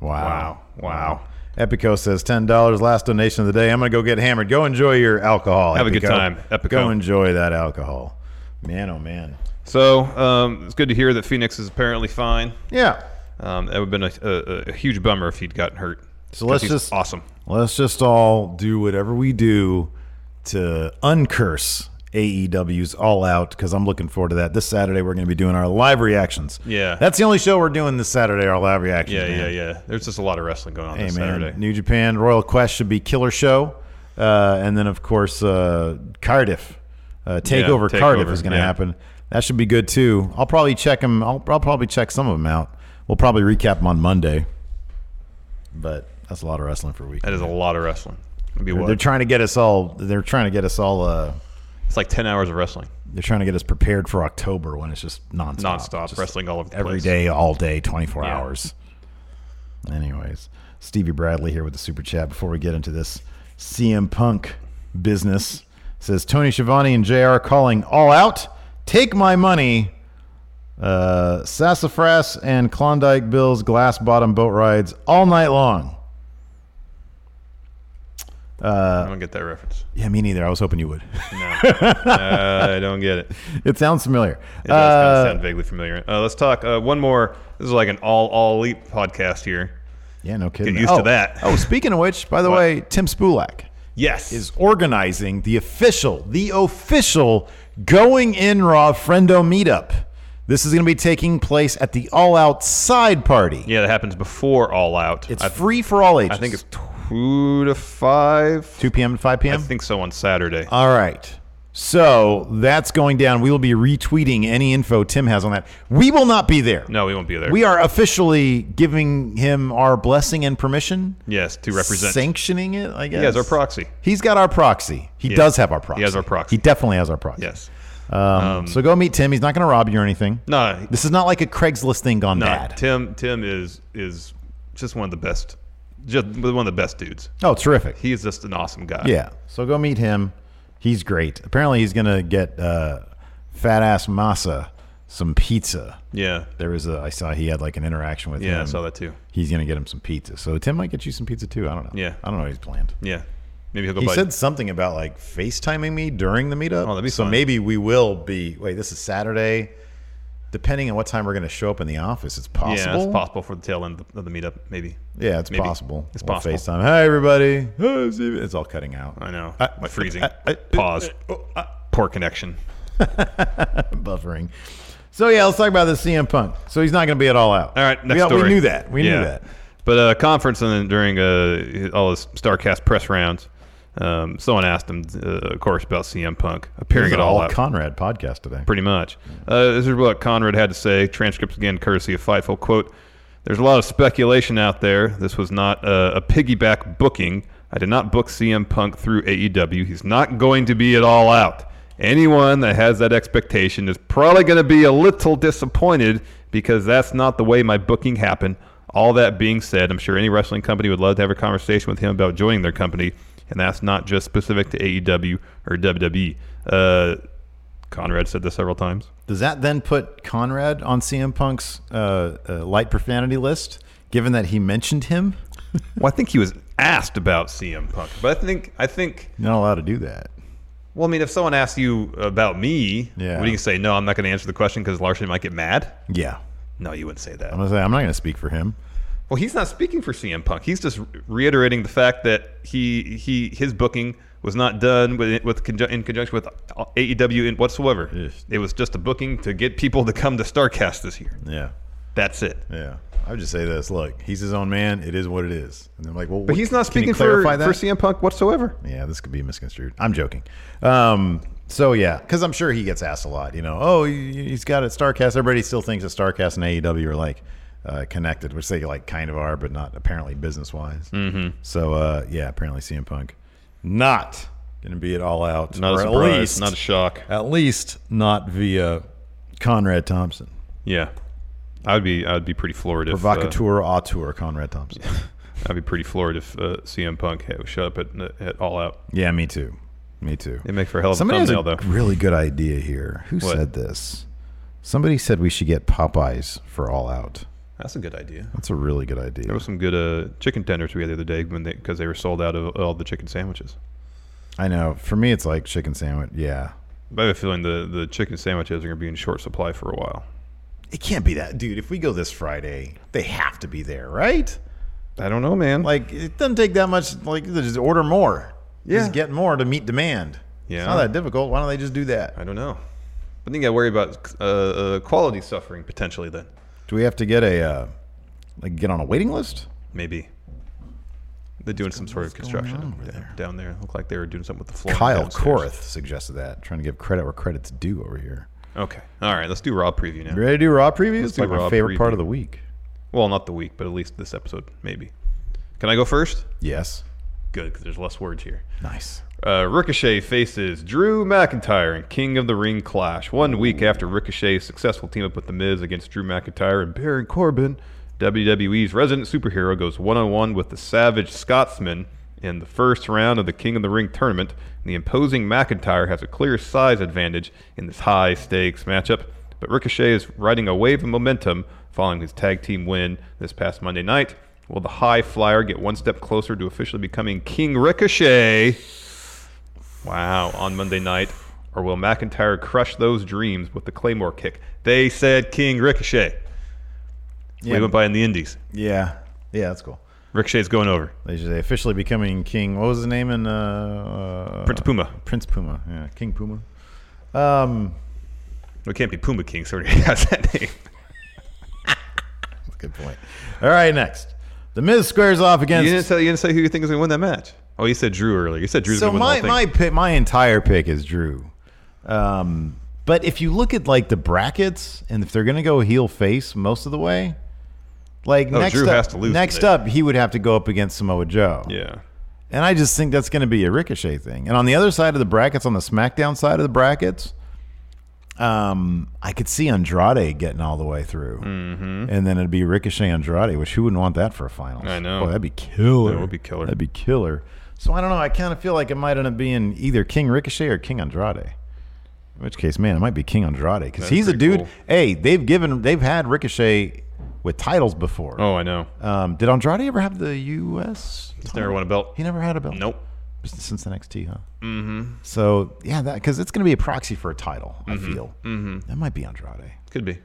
Wow. Wow. Wow. Epico says ten dollars last donation of the day. I'm gonna go get hammered. Go enjoy your alcohol. Have a good Epico. time, Epico. Go enjoy that alcohol. Man, oh man. So um, it's good to hear that Phoenix is apparently fine. Yeah. Um, that would have been a, a, a huge bummer if he'd gotten hurt. So let's 'Cause he's just awesome. Let's just all do whatever we do to uncurse AEW's All Out because I'm looking forward to that. This Saturday we're going to be doing our live reactions. Yeah. that's the only show we're doing this Saturday. Our live reactions. Yeah, man. yeah, yeah. There's just a lot of wrestling going on Hey man, this Saturday. New Japan Royal Quest should be killer show, uh, and then of course uh, Cardiff uh, Takeover Yeah, Cardiff Takeover, is going to yeah. happen. That should be good too. I'll probably check them. I'll, I'll probably check some of them out. We'll probably recap them on Monday. But that's a lot of wrestling for a week. That is a lot of wrestling. It'd be They're, what? they're trying to get us all. They're trying to get us all. Uh, it's like 10 hours of wrestling. they're trying to get us prepared for October when it's just nonstop. Nonstop, Just wrestling all over the every place. day, all day, twenty four Yeah. hours. Anyways, Stevie Bradley here with the super chat. Before we get into this CM Punk business, says Tony Schiavone and Jr. calling all out. Take my money. Uh, sassafras and Klondike Bills glass bottom boat rides all night long. Uh, I don't get that reference. Yeah, me neither. I was hoping you would. I don't get it. it sounds familiar. It does kind of sound vaguely familiar. Uh, let's talk uh, one more. This is like an all all elite podcast here. Yeah, no kidding. Get used to Oh, that. oh, speaking of which, by the What? way, Tim Spulak Yes, is organizing the official, the official going in Raw Friendo meetup. This is going to be taking place at the All Outside Party. yeah, that happens before All Out. It's I, free for all ages. I think it's two to five. 2 p.m. to 5 I p.m. think so on Saturday. All right. So that's going down. We will be retweeting any info Tim has on that. We will not be there. no, we won't be there. We are officially giving him our blessing and permission. yes to represent. sanctioning it. I guess has our proxy. He's got our proxy. He Yeah. does have our proxy. He has our proxy. He definitely has our proxy. yes. Um, so go meet Tim. He's not going to rob you or anything. No. This is not like a Craigslist thing gone No. bad. Tim. Tim is is just one of the best. Just one of the best dudes. Oh, terrific. He is just an awesome guy. yeah. So go meet him. He's great. Apparently, he's going to get uh, fat ass masa some pizza. Yeah. There was a I saw he had like an interaction with him. Yeah. I saw that too. He's going to get him some pizza. So Tim might get you some pizza too. I don't know. Yeah. I don't know what he's planned. Yeah. Maybe he'll go. He buy- said something about like FaceTiming me during the meetup. Oh, that'd be so fun. maybe we will be. Wait, this is Saturday. Depending on what time we're going to show up in the office, it's possible. Yeah, it's possible for the tail end of the- of the meetup, maybe. Yeah, it's Maybe. possible. It's We'll possible. FaceTime. Hi, everybody. Hi, Steven. It's all cutting out. I know. Uh, My freezing. uh, uh, Pause. Poor connection. Buffering. So yeah, let's talk about this CM Punk. So he's not going to be at all out. All right, next we, story. We knew that. We Yeah. knew that. But uh, conference and then during uh, all his Starcast press rounds, Um, someone asked him, uh, of course, about CM Punk appearing This is at all, all out. Conrad podcast today. Pretty much. Uh, this is what Conrad had to say. Transcripts again, courtesy of Fightful. Quote There's a lot of speculation out there. This was not uh, a piggyback booking. I did not book CM Punk through AEW. He's not going to be at all out. Anyone that has that expectation is probably going to be a little disappointed because that's not the way my booking happened. All that being said, I'm sure any wrestling company would love to have a conversation with him about joining their company, and that's not just specific to AEW or WWE. Uh, Conrad said this several times. Does that then put Conrad on CM Punk's uh, uh, light profanity list, given that he mentioned him? Well, I think he was asked about CM Punk, but I think I think You're not allowed to do that. well, I mean, if someone asks you about me, Yeah. would you say no? I'm not going to answer the question because Larson might get mad. Yeah. No, you wouldn't say that. I'm going to say, I'm not going to speak for him. Well, he's not speaking for CM Punk. He's just reiterating the fact that he he his booking was not done with, with conju- in conjunction with AEW in whatsoever. Yes. It was just a booking to get people to come to Starcast this year. Yeah. That's it. Yeah. I would just say this look, he's his own man. It is what it is. And I'm like, well, But he's not can you speaking for, clarify for that? CM Punk whatsoever. Yeah, this could be misconstrued. I'm joking. Um, so yeah, because I'm sure he gets asked a lot. You know, oh, he- he's got it. Starcast. Everybody still thinks that Starcast and AEW are like uh, connected, which they like kind of are, but not apparently business wise. Mm-hmm. So uh, yeah, apparently CM Punk not going to be at all out, Not a or surprise, at least not a shock. At least not via Conrad Thompson, Yeah, I'd be I'd be pretty floored if uh, provocateur, auteur Conrad Thompson. I'd be pretty floored if uh, CM Punk uh, had shut up at, at All Out. yeah, me too. Me too. It'd make for a hell of a Somebody thumbnail, has a though. really good idea here. Who What? said this? Somebody said we should get Popeyes for All Out. That's a good idea. That's a really good There idea. was some good uh, chicken tenders we had the other day when because they, were sold out of all the chicken sandwiches. I know. For me, it's like chicken sandwich. Yeah, But I have a feeling the, the chicken sandwiches are going to be in short supply for a while. it can't be that, dude. If we go this Friday, they have to be there, right? I don't know, man. Like it doesn't take that much. Like just order more. Yeah. Just get more to meet demand. Yeah. it's not that difficult. Why don't they just do I that? don't know. But then you got to worry about uh, uh, quality suffering potentially. Then Do we have to get a uh, like get on a waiting list? maybe they're doing some sort of construction down there. down there. Looked like they were doing something with the floor. Kyle downstairs. Korth suggested that. Trying to give credit where credit's due over here. Okay. All right. Let's do raw preview now. You ready to do raw previews? Let's It's do like Raw my favorite part preview. of the week. Well, not the week, but at least this episode, maybe. Can I go first? Yes. Good, because there's less words here. Nice. Uh, Ricochet faces Drew McIntyre in King of the Ring clash. One week after Ricochet's successful team up with The Miz against Drew McIntyre and Baron Corbin, WWE's resident superhero goes one on one with the Savage Scotsman in the first round of the King of the Ring tournament. And the imposing McIntyre has a clear size advantage in this high stakes matchup, but Ricochet is riding a wave of momentum following his tag team win this past Monday night. Will the high flyer get one step closer to officially becoming King Ricochet? Wow, on Monday night. Or will McIntyre crush those dreams with the Claymore kick? They said King Ricochet. We Yeah. went by in the Indies. Yeah. Yeah, that's cool. Ricochet's going over. They should- they officially becoming king. What was his name in uh, uh, Prince Puma. Prince Puma? Yeah, King Puma. Um, Well, it can't be Puma King, so he has that name. that's a good point. All right, next, the Miz squares off You against. didn't, say, you didn't say who you think is going to win that match. Oh, you said Drew earlier. You said Drew's so going to win my the whole my thing. pick, my entire pick is Drew. Um, but if you look at like the brackets, and if they're gonna go heel face most of the way, like Oh, next Drew up, has to lose next today. up, he would have to go up against Samoa Joe. yeah. And I just think that's going to be a ricochet thing. And on the other side of the brackets, on the SmackDown side of the brackets, um, I could see Andrade getting all the way through, mm-hmm. and then it'd be Ricochet Andrade, which who wouldn't want that for a final? I know. Boy, that'd be killer. That would be killer. That'd be killer. So I don't know. I kind of feel like it might end up being either King Ricochet or King Andrade. In which case, man, it might be King Andrade because That's he's a pretty dude. cool. Hey, they've given, they've had Ricochet with titles before. Oh, I know. Um, did Andrade ever have the U.S. He's never won a belt. He never had a belt. Nope. Just since NXT, huh? Mm-hmm. So yeah, that because it's going to be a proxy for a title. I feel mm-hmm. that might be Andrade. Could be.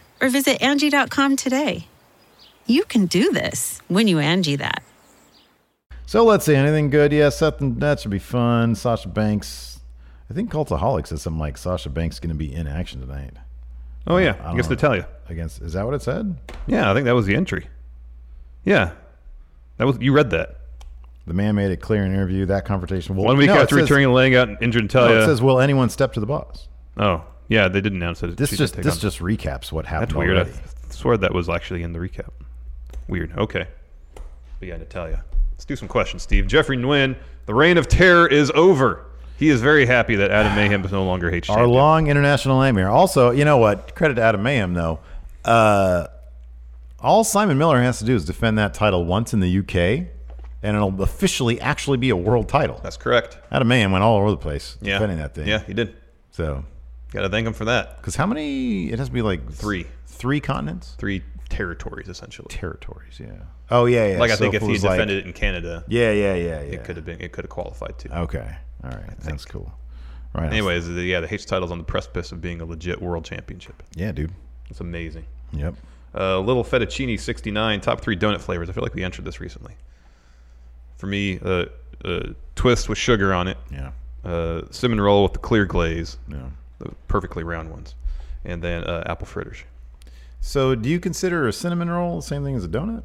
or visit Angie.com today. You can do this when you Angie that. So let's see anything good. Yeah, Seth, that should be fun. Sasha Banks. I think Cultaholic says something like Sasha Banks going to be in action tonight Oh, yeah. I I guess don't to tell you. against. Is that what it said? Yeah, I think that was the entry. Yeah. That was You read that. The man made it clear in an interview that confrontation. will- One week No, it after says- returning and laying out injured Natalia. No, it says, "Will anyone step to the boss?" oh, yeah, they did announce that. This she did just take this on- just recaps what happened. That's weird. already. I swear that was actually in the recap. Weird. Okay. But yeah, Natalia. Let's do some questions, Steve. Jeffrey Nguyen, the reign of terror is over. He is very happy that Adam Mayhem is no longer hates Our long international nightmare. Also, you know what? Credit to Adam Mayhem though. Uh, all Simon Miller has to do is defend that title once in the UK, and it'll officially actually be a world title. That's correct. Adam Mayhem went all over the place Yeah. defending that thing. Yeah, he did. So, Got to thank him for that. because how many? It has to be like Three. three continents, Three territories, essentially. territories. Yeah. Oh yeah, yeah. Like I So think if it he was like- defended it in Canada, Yeah, yeah, yeah, yeah. it could have been. It could have qualified too. Okay. All right. That's cool. Right. on. Anyways, the, yeah, the H title's on the precipice of being a legit world championship. Yeah, dude. It's amazing. Yep. Uh, Little Fettuccine 69, top three donut flavors. I feel like we entered this recently. For me, uh, uh, twist with sugar on it. Yeah. Uh, cinnamon roll with the clear glaze. Yeah. The perfectly round ones. And then uh, apple fritters. So, do you consider a cinnamon roll the same thing as a donut?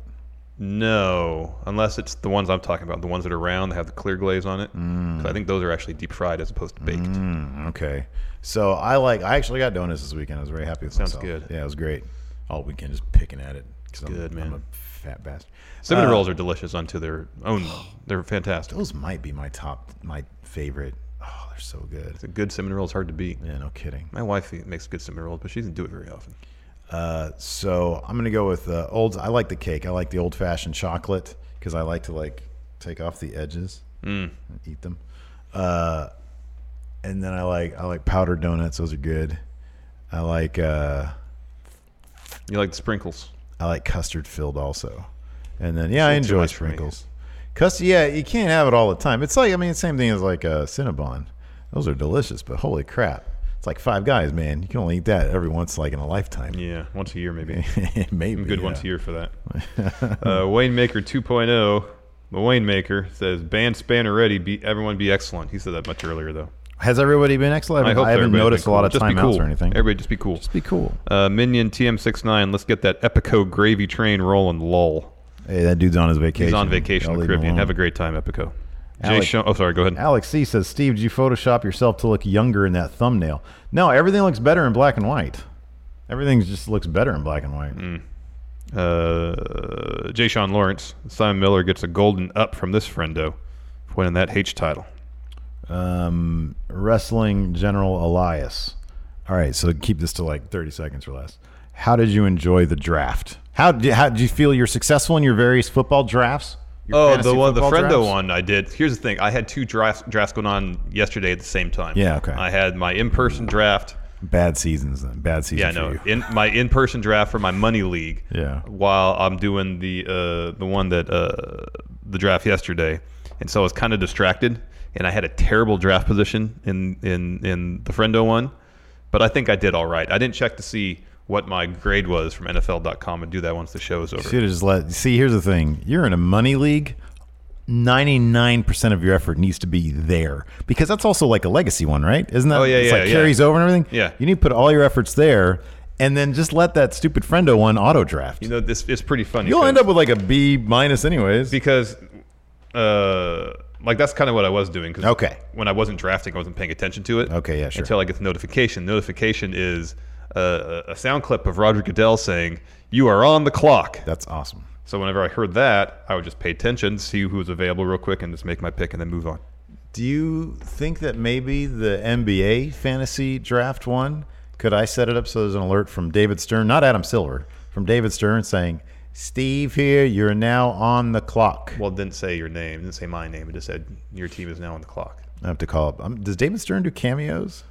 No, unless it's the ones I'm talking about, the ones that are round, that have the clear glaze on it. 'Cause I think those are actually deep fried as opposed to baked. Mm, okay. So, I like. I actually got donuts this weekend. I was very happy with Sounds myself. good. Yeah, it was great. All weekend just picking at it. 'cause I'm- Good, man. I'm a fat bastard. Cinnamon Uh, rolls are delicious unto their own. They're fantastic. Those might be my top, my favorite. Oh, they're so good. A good cinnamon roll is hard to beat. Yeah, no kidding. My wife makes good cinnamon rolls, but she doesn't do it very often. Uh, so I'm gonna go with uh, old. I like the cake. I like the old fashioned chocolate because I like to like take off the edges Mm. and eat them. Uh, and then I like I like powdered donuts. Those are good. I like uh, You like the sprinkles. I like custard filled also. And then yeah, I Still too enjoy much for me. sprinkles. Custard. Yeah, you can't have it all the time. It's like I mean, same thing as like uh, Cinnabon. Those are delicious, but holy crap. It's like five guys, man. You can only eat that every once, like in a lifetime. Yeah, once a year maybe. Maybe Good yeah. once a year for that. uh, Wayne Maker 2.0, oh. the Wayne Maker says, "Ban Spanner ready. Be everyone be excellent." He said that much earlier though. Has everybody been excellent? I, haven't- I haven't everybody's noticed been a lot cool. of Just be timeouts cool. or anything. Everybody just be cool. Just be cool. Uh, Minion TM69, let's get that Epico gravy train rolling. Lol. Hey, that dude's on his vacation. He's on vacation Y'all in the leave him Caribbean. alone. Have a great time, Epico. Jay Alec- Sean, oh sorry, go ahead. Alex C says, Steve, did you Photoshop yourself to look younger in that thumbnail? No, everything looks better in black and white. Everything just looks better in black and white. Mm. uh, Jay Sean Lawrence, Simon Miller gets a golden up from this friendo, for winning that H title. Um, Wrestling General Elias. All right, so keep this to like 30 seconds or less. How did you enjoy the draft? How did you, how did you feel you're successful in your various football drafts? Your Oh, fantasy the one, the football friendo drafts? one I did. Here's the thing: I had two drafts, drafts going on yesterday at the same time. Yeah, okay. I had my in-person draft. Bad seasons then. Bad seasons. Yeah, for no, you. in my in-person draft for my money league. Yeah. While I'm doing the uh, the one that uh, the draft yesterday, and so I was kind of distracted, and I had a terrible draft position in in in the friendo one, but I think I did all right. I didn't check to see what my grade was from NFL.com and do that once the show is over. Should have just let. See, here's the thing: you're in a money league. Ninety-nine percent of your effort needs to be there because that's also like a legacy one, right? Isn't that? Oh, yeah, it's yeah, like yeah. carries over and everything. Yeah. you need to put all your efforts there, and then just let that stupid friendo one auto draft. You know, this is pretty funny. You'll 'cause- end up with like a B minus, anyways. because uh like that's kind of what I was doing. 'cause Okay. When I wasn't drafting, I wasn't paying attention to it. Okay, yeah, sure. Until I get the notification. Notification is uh, a sound clip of Roger Goodell saying, "You are on the clock." that's awesome. So whenever I heard that, I would just pay attention, see who was available real quick, and just make my pick and then move on. Do you think that maybe the NBA fantasy draft one could I set it up so there's an alert from David Stern, not Adam Silver, from David Stern saying, "Steve, here you're now on the clock." Well, it didn't say your name, it didn't say my name. It just said your team is now on the clock. I have to call up. Um, does David Stern do cameos?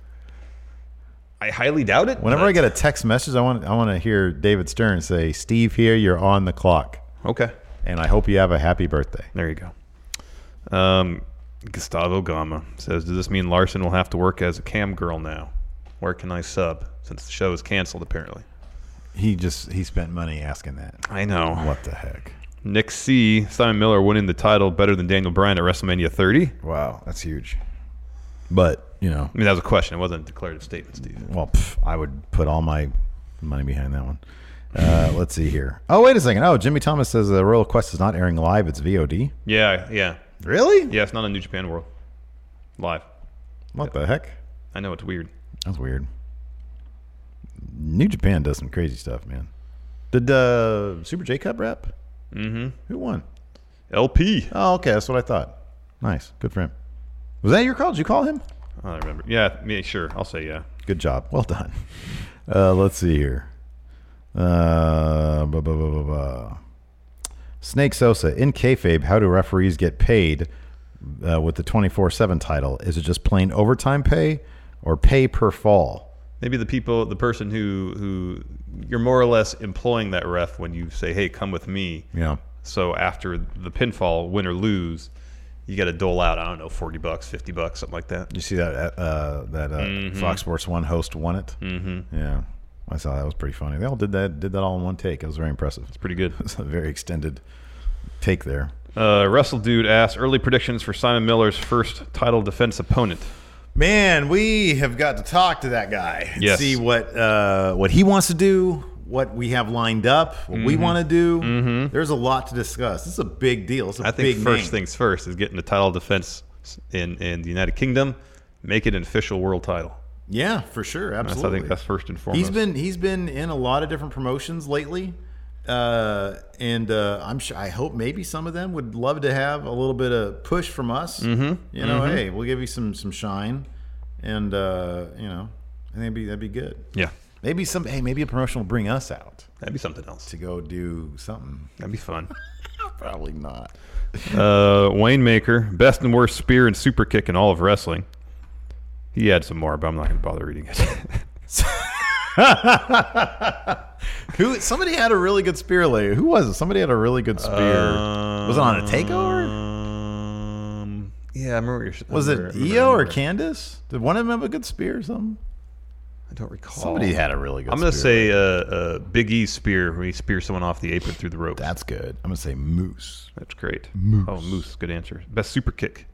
I highly doubt it. Whenever I get a text message, I want I want to hear David Stern say, "Steve, here you're on the clock," okay, and I hope you have a happy birthday. there you go. Um, Gustavo Gama says, "Does this mean Larson will have to work as a cam girl now? Where can I sub since the show is canceled? Apparently, He just he spent money asking that. I know. What the heck? Nick C. Simon Miller winning the title better than Daniel Bryan at WrestleMania 30. Wow, that's huge. But you know, I mean, that was a question. It wasn't a declarative statement, Steve. well, pff, I would put all my money behind that one. Uh, let's see here. Oh, wait a second. Oh, Jimmy Thomas says the Royal Quest is not airing live; it's VOD. Yeah, yeah. Really? Yeah, it's not on New Japan World. Live. What the heck? I know it's weird. That's weird. New Japan does some crazy stuff, man. Did uh, Super J Cup rep? Mm-hmm. Who won? LP. Oh, okay. That's what I thought. Nice. Good for him. Was that your call? Did you call him? I don't remember. Yeah, me sure. I'll say yeah. Good job. Well done. Uh, let's see here. Uh, blah, blah, blah, blah, blah. Snake Sosa in kayfabe. How do referees get paid uh, with the twenty four seven title? Is it just plain overtime pay or pay per fall? Maybe the people, the person who who you're more or less employing that ref when you say, "Hey, come with me." Yeah. So after the pinfall, win or lose, you got to dole out. I don't know, forty bucks, fifty bucks, something like that. You see that uh, that uh, Mhm. Fox Sports One host won it. Mm-hmm. Yeah, I saw that was pretty funny. They all did that did that all in one take. It was very impressive. It's pretty good. it's a very extended take there. Uh, Russell Dude asks early predictions for Simon Miller's first title defense opponent. Man, we have got to talk to that guy. and Yes. See what uh, what he wants to do, what we have lined up, what we Mhm. want to do. There's a lot to discuss. This is a big deal. It's a Mm-hmm. I think big first name. things first is getting the title defense in in the United Kingdom, make it an official world title. Yeah, for sure. That's- Absolutely. I think that's first and foremost. He's been he's been in a lot of different promotions lately, uh, and uh, I'm sure I hope maybe some of them would love to have a little bit of push from us. Mhm. You know, Mhm. hey, we'll give you some some shine, and uh, you know, I think that'd be that'd be good. Yeah. Maybe some hey, maybe a promotion will bring us out. That'd be something else to go do something. That'd be fun. Probably not. Uh, Wayne Maker, best and worst spear and super kick in all of wrestling. He had some more, but I'm not going to bother reading it. Who? Somebody had a really good spear later. Who was it? Somebody had a really good spear. was it on a takeover? Um, yeah, I remember. Your, Was I remember- it I remember Io or reading it. Candace? Did one of them have a good spear or something? I don't recall. Somebody had a really good. I'm going to spear. say uh, uh, Big E spear when he spears someone off the apron through the rope. That's good. I'm gonna say Moose. That's great. Moose. Oh, Moose. Good answer. Best super kick.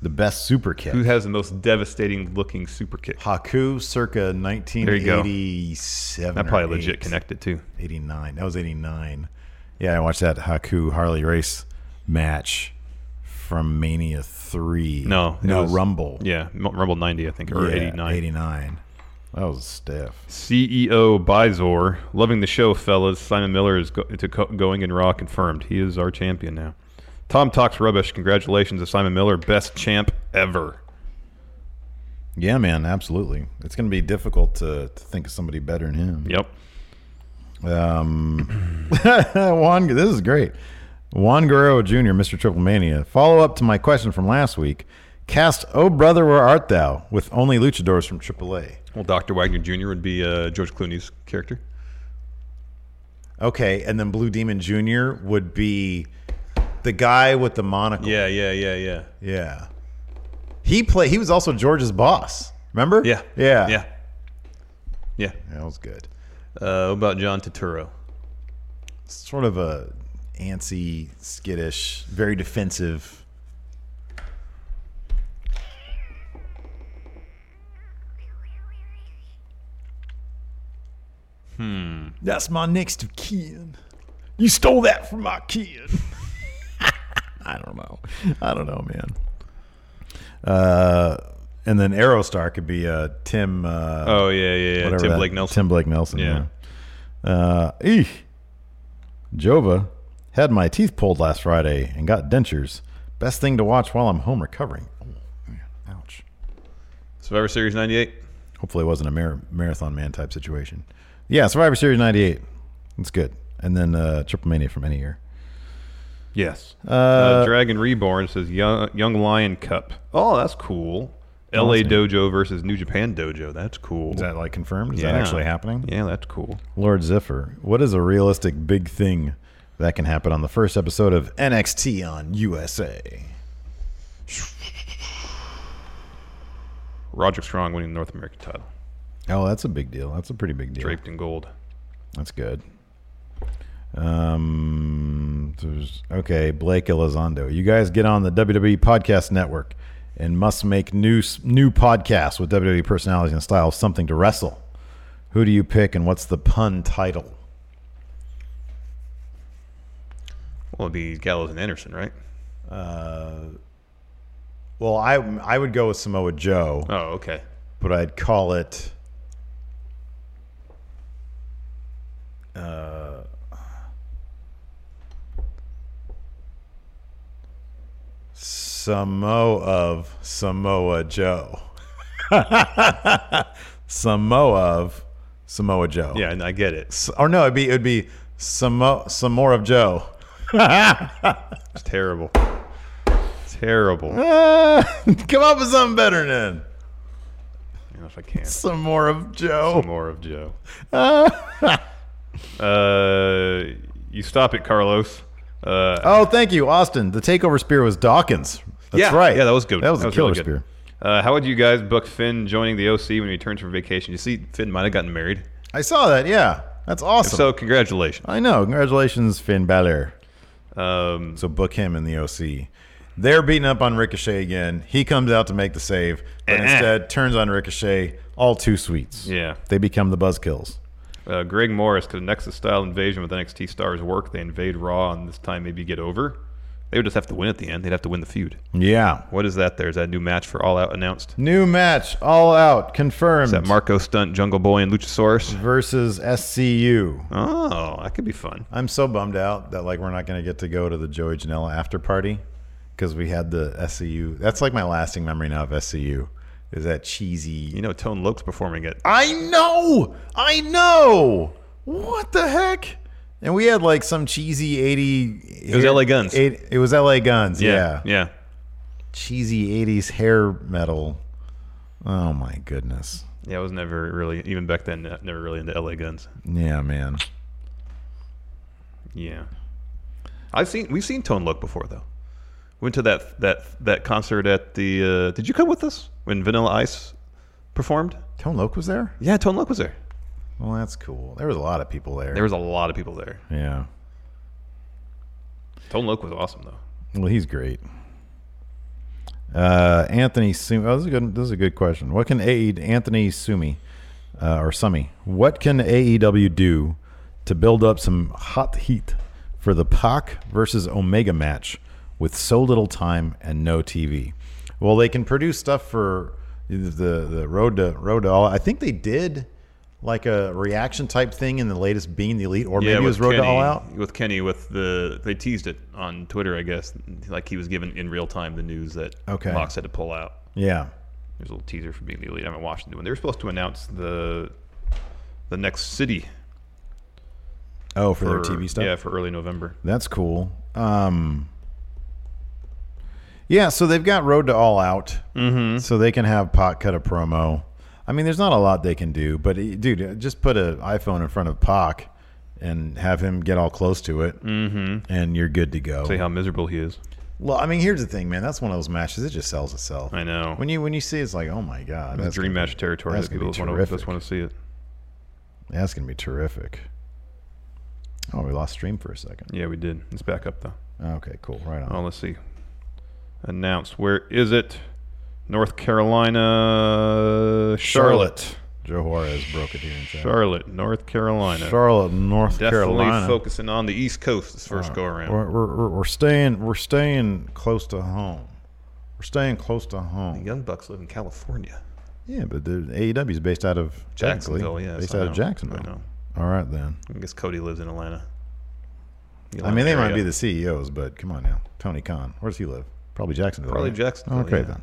The best super kick. Who has the most devastating looking super kick? Haku circa There you go. 1987. That or probably legit eight. connected too. 89. That was 89. Yeah, I watched that Haku Harley race match from Mania 3. No, it No, was- Rumble. Yeah, M- Rumble 90, I think, or Yeah, 89. 89. That was stiff. CEO E Bizor, loving the show, fellas. Simon Miller is go- to co- going in Raw confirmed. He is our champion now. Tom talks rubbish. Congratulations to Simon Miller, best champ ever. Yeah, man, absolutely. It's going to be difficult to, to think of somebody better than him. Yep. Um, Juan, this is great. Juan Guerrero Jr., Mr. Triple Mania. Follow up to my question from last week. Cast Oh Brother, Where Art Thou? with only luchadors from AAA. Well, Dr. Wagner Jr. would be uh, George Clooney's character. Okay, and then Blue Demon Jr. would be the guy with the monocle. Yeah, yeah, yeah, yeah. Yeah. He play. He was also George's boss. Remember? Yeah. Yeah. Yeah. Yeah. That was good. Uh, what about John Turturro? Sort of a antsy, skittish, very defensive. Hmm. That's my next of kin. You stole that from my kid. I don't know. I don't know, man. Uh, and then Aerostar could be uh, Tim. Uh, Oh, yeah, yeah, yeah. whatever Tim that- Blake Nelson. Tim Blake Nelson. Yeah. Yeah. Uh, eeh. Jova had my teeth pulled last Friday and got dentures. Best thing to watch while I'm home recovering. Oh, Ouch. Survivor Series 98. Hopefully, it wasn't a mar- marathon man type situation. Yeah, Survivor Series '98. That's good. And then uh, Triple Mania from any year. Yes. Uh, Uh, Dragon Reborn says Young, Young Lion Cup. Oh, that's cool. LA Awesome. Dojo versus New Japan Dojo. That's cool. Is that like confirmed? Is Yeah. that actually happening? Yeah, that's cool. Lord Ziffer, what is a realistic big thing that can happen on the first episode of NXT on USA? Roderick Strong winning the North American title, Oh, that's a big deal. That's a pretty big deal. draped in gold. That's good. Um, there's, okay, Blake Elizondo. You guys get on the WWE Podcast Network and must make new new podcasts with WWE personalities and styles, something to wrestle. Who do you pick, and what's the pun title? Well, it'd be Gallows and Anderson, right? Uh, well, I I would go with Samoa Joe. Oh, okay. But I'd call it. Uh, Samoa of Samoa Joe. Samoa of Samoa Joe. Yeah, and I get it. S- Or no, it'd be it'd be Samo some more of Joe. It's terrible. Terrible. I Ah, come up with something better then. don't know if I can. Some more of Joe. Some more of Joe. Ah. Uh, you stop it, Carlos. Uh, oh, thank you, Austin. The takeover spear was Dawkins. That's yeah, right. Yeah, that was good. That was a killer really good. spear. Uh, how would you guys book Finn joining the OC when he returns from vacation? You see, Finn might have gotten married. I saw that. Yeah, that's awesome. Uh, So, congratulations. I know. Congratulations, Finn Balor. Um, So book him in the OC. They're beating up on Ricochet again. He comes out to make the save, but Eh. instead turns on Ricochet. All two sweets. Yeah. They become the Buzzkills. uh, Greg Morris, could a Nexus style invasion with NXT stars work? They invade Raw and this time maybe get over. They would just have to win at the end. They'd have to win the feud. Yeah. What is that there? Is that a new match for All Out announced? New match, all out, confirmed. Is that Marco Stunt, Jungle Boy, and Luchasaurus? Mm-hmm. versus SCU. Oh, that could be fun. I'm so bummed out that like we're not going to get to go to the Joey Janela after party because we had the SCU. That's like my lasting memory now of SCU is that cheesy. You know, Tone Loke's performing it. I know, I know. What the heck? And we had like some cheesy eighty. It was LA Guns. Eight, it was L.A. Guns. Yeah. Yeah. yeah. Cheesy '80s hair metal. Oh my goodness. Yeah, I was never really, even back then, uh, never really into LA guns. Yeah, man. Yeah, I've seen we've seen Tone Look before though. Went to that that that concert at the. Uh, did you come with us when Vanilla Ice performed? Tone Loc was there. Yeah, Tone Look was there. Well, that's cool. There was a lot of people there. There was a lot of people there. yeah. Tone Look was awesome though. Well, he's great. Uh, Anthony Sumi. Oh, this is a good. This is a good question. What can AE Anthony Sumi uh, or Sumi? What can AEW do to build up some hot heat for the Pac versus Omega match with so little time and no TV? Well, they can produce stuff for the the road to road to all. I think they did like a reaction type thing in the latest Being the Elite, or yeah, maybe it with was Road Kenny, to All Out. with Kenny with the they teased it on Twitter, I guess. Like he was given in real time the news that Okay. Mox had to pull out. Yeah, There's a little teaser for being the elite. I haven't watched the new one. They were supposed to announce the the next city Oh, for, their TV stuff. Yeah, for early November. That's cool. Um, yeah, so they've got Road to All Out, mm-hmm. so they can have Pot cut a promo. I mean, there's not a lot they can do, but eh, dude, just put an iPhone in front of Pac and have him get all close to it, mm-hmm. and you're good to go. Say how miserable he is. Well, I mean, here's the thing, man. That's one of those matches. It just sells itself. I know. When you when you see, it, it's like, oh my god, That's dream gonna be- match territory. That's That's gonna people be just want, to, terrific. just want to see it. That's gonna be terrific. Oh, we lost stream for a second. Yeah, we did. It's back up though. Okay, cool. Right on. Oh, let's see. Announced. Where is it? North Carolina, Charlotte, Joe Juarez broke it here in chat. Charlotte, North Carolina. Charlotte, North Definitely Carolina. focusing on the East Coast this first go around. We're, we're, we're- we're staying we're staying close to home. We're staying close to The home. Young Bucks live in California. Yeah, but the AEW is based out of technically, Jacksonville, yes, based I out know. of Jacksonville. I know. All right then. I guess Cody lives in Atlanta. I mean, they might be Area. the CEOs, but come on now, Tony Khan. Where does he live? Probably Jacksonville. Probably right? Jacksonville, Okay yeah. then.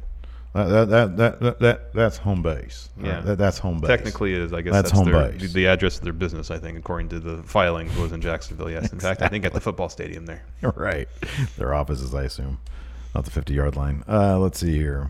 That, that, that, that, that, that's home base. Yeah. That, that's home base. Technically, it is. I guess That's that's, home their, base. the address of their business. I think, according to the filings, was in Jacksonville. Yes, in fact, I think at the football stadium there. right. Their offices, I assume, not the fifty-yard line. Uh, let's see here.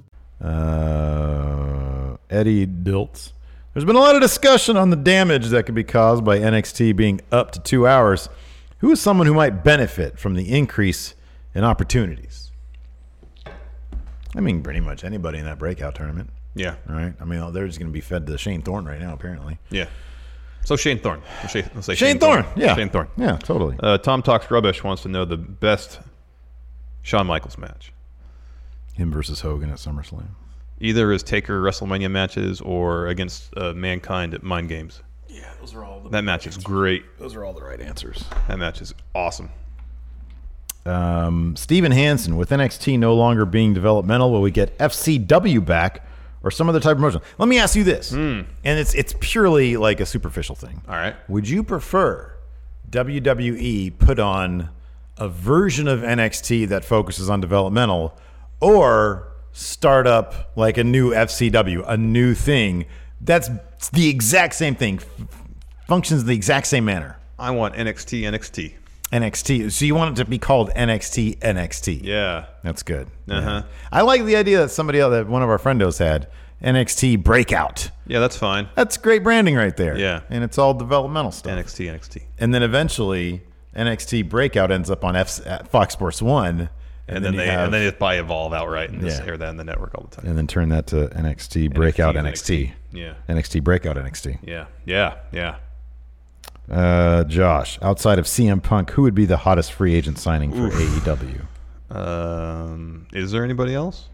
Uh, Eddie Diltz. There's been a lot of discussion on the damage that could be caused by NXT being up to two hours. Who is someone who might benefit from the increase and opportunities. I mean, pretty much anybody in that breakout tournament. Yeah. Right? I mean, oh, they're just going to be fed to Shane Thorne right now, apparently. Yeah. So Shane Thorne. We'll say- we'll say Shane Thorne. Yeah. Shane Thorne. Yeah, totally. Uh, Tom Talks Rubbish wants to know the best Shawn Michaels match. Him versus Hogan at SummerSlam. Either is Taker WrestleMania matches or against uh, Mankind at Mind Games. Yeah, those are all That match is great. Those are all the right answers. That match is awesome. Um, Steven Hansen, with NXT no longer being developmental, will we get FCW back or some other type of promotion? Let me ask you this, and it's it's purely like a superficial thing. Hmm. All right. Would you prefer WWE put on a version of NXT that focuses on developmental, or start up like a new FCW, a new thing that's the exact same thing, f- functions the exact same manner? I want NXT NXT. NXT. So you want it to be called NXT NXT. Yeah. That's good. Uh huh. I like the idea that somebody else, that one of our friendos had NXT Breakout. Yeah, that's fine. That's great branding right there. Yeah. And it's all developmental stuff. NXT NXT. And then eventually NXT Breakout ends up on F- at Fox Sports 1. And, then, you they have- and then they buy Evolve outright and just Yeah. air that in the network all the time. and then turn that to NXT Breakout NXT. NXT. Yeah. NXT Breakout NXT. Yeah. Yeah. Yeah. Uh, Josh, outside of CM Punk, who would be the hottest free agent signing for E AEW? Um, is there anybody else?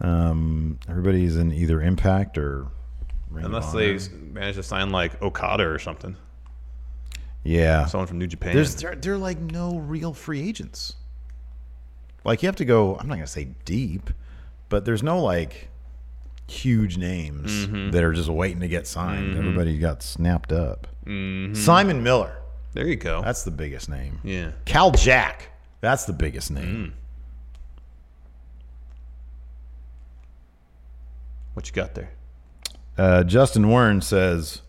Um, everybody's in either Impact or Ring of Unless Honor. they s- manage to sign like Okada or something, yeah. someone from New Japan. There's there, there are like no real free agents. Like you have to go. I'm not gonna say deep, but there's no like huge names that are just waiting to get signed. Everybody got snapped up. Simon Miller, there you go. that's the biggest name. yeah. Cal Jack, that's the biggest name. What you got there? Uh, Justin Warren says,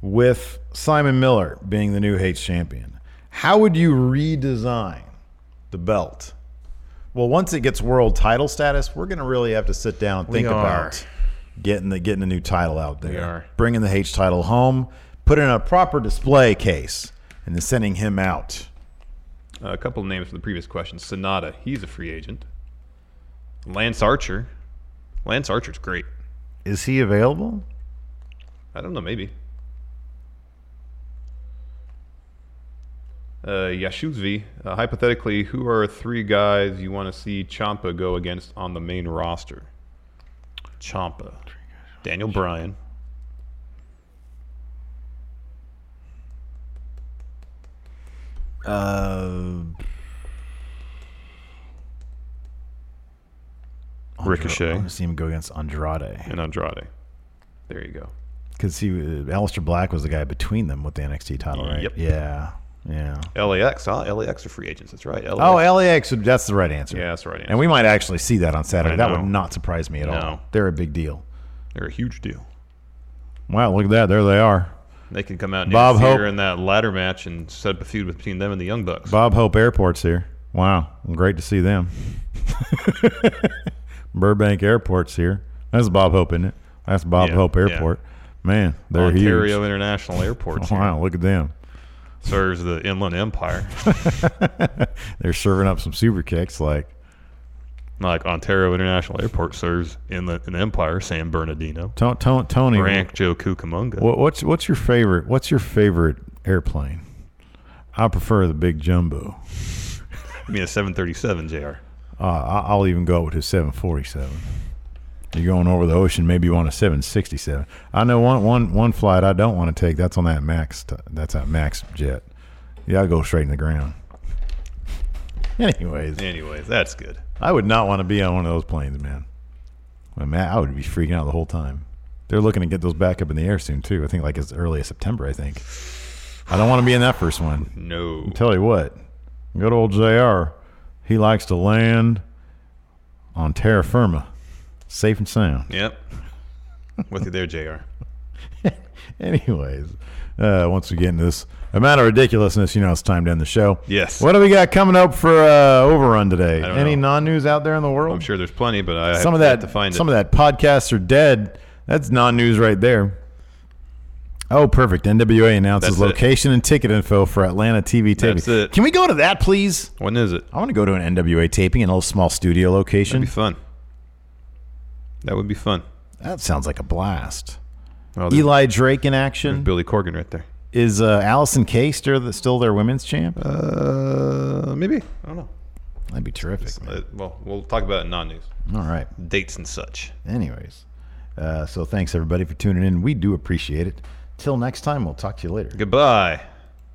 with Simon Miller being the new Hates champion, how would you redesign the belt? Well, once it gets world title status, we're going to really have to sit down and We think are. about getting the getting a new title out there. are. Bringing the H title home, put it in a proper display case, and then sending him out. Uh, a couple of names from the previous question. Sonata, he's a free agent. Lance Archer. Lance Archer's great. Is he available? I don't know, maybe. Uh, Yashuzvi, uh, hypothetically, who are three guys you want to see Champa go against on the main roster? Champa, Daniel Bryan. Uh, I Ricochet want to see him go against Andrade and Andrade. There you go. because he, uh, Alistair Black was the guy between them with the NXT title, right? Yep. Yeah, yeah. LAX, huh? LAX are free agents. That's right. LAX. Oh, LAX. would- That's the right answer. Yeah, that's the right And we answer. might actually see that on Saturday. I That would know. not surprise me at all. No. They're a big deal. They're a huge deal. Wow, look at that. There they are. They can come out and Bob interfere Hope. in that ladder match and set up a feud between them and the Young Bucks. Bob Hope Airport's here. Wow, great to see them. Burbank Airport's here. That's Bob Hope, isn't it? That's Bob Yeah, Hope yeah. Airport. Man, they're Ontario huge. International Airport here. Wow, look at them. serves the Inland Empire, They're serving up some super kicks like like Ontario International Airport serves Inland an Empire, San Bernardino, Ton- Ton- Tony. Rancho Cucamonga. What, what's what's your favorite? What's your favorite airplane? I prefer the big jumbo. I mean, a 737 JR. Uh, I- I'll even go with a 747. You're going over the ocean. Maybe you want a 767. I know one one one flight I don't want to take. That's on that max. t- That's that max jet. Yeah, I go straight in the ground. Anyways, Anyways, that's good. I would not want to be on one of those planes, man. Well, man, I would be freaking out the whole time. They're looking to get those back up in the air soon too. I think like as early as September. I think. I don't want to be in that first one. No, Tell you what, good old JR, he likes to land on terra firma, safe and sound. yep, with you there, JR. Anyways, uh, once we get into this amount of ridiculousness, you know it's time to end the show. Yes. What do we got coming up for uh, Overrun today? don't Any know. non-news out there in the world? I'm sure there's plenty, but I some of have that to find some it. of that podcasts are dead. That's non-news right there. Oh, perfect. NWA announces That's it. location and ticket info for Atlanta TV taping. That's it. Can we go to that, please? When is it? I want to go to an NWA taping, an old small studio location. That'd be fun. That would be fun. That sounds like a blast. Oh, there's- Eli Drake in action. there's Billy Corgan right there. Is uh, Allison K still, the, still their women's champ? Uh, maybe. I don't know. That'd be terrific. man. Uh, well, we'll talk about it in non-news. All right. Dates and such. Anyways, uh, so thanks everybody for tuning in. We do appreciate it. Till next time, we'll talk to you later. Goodbye.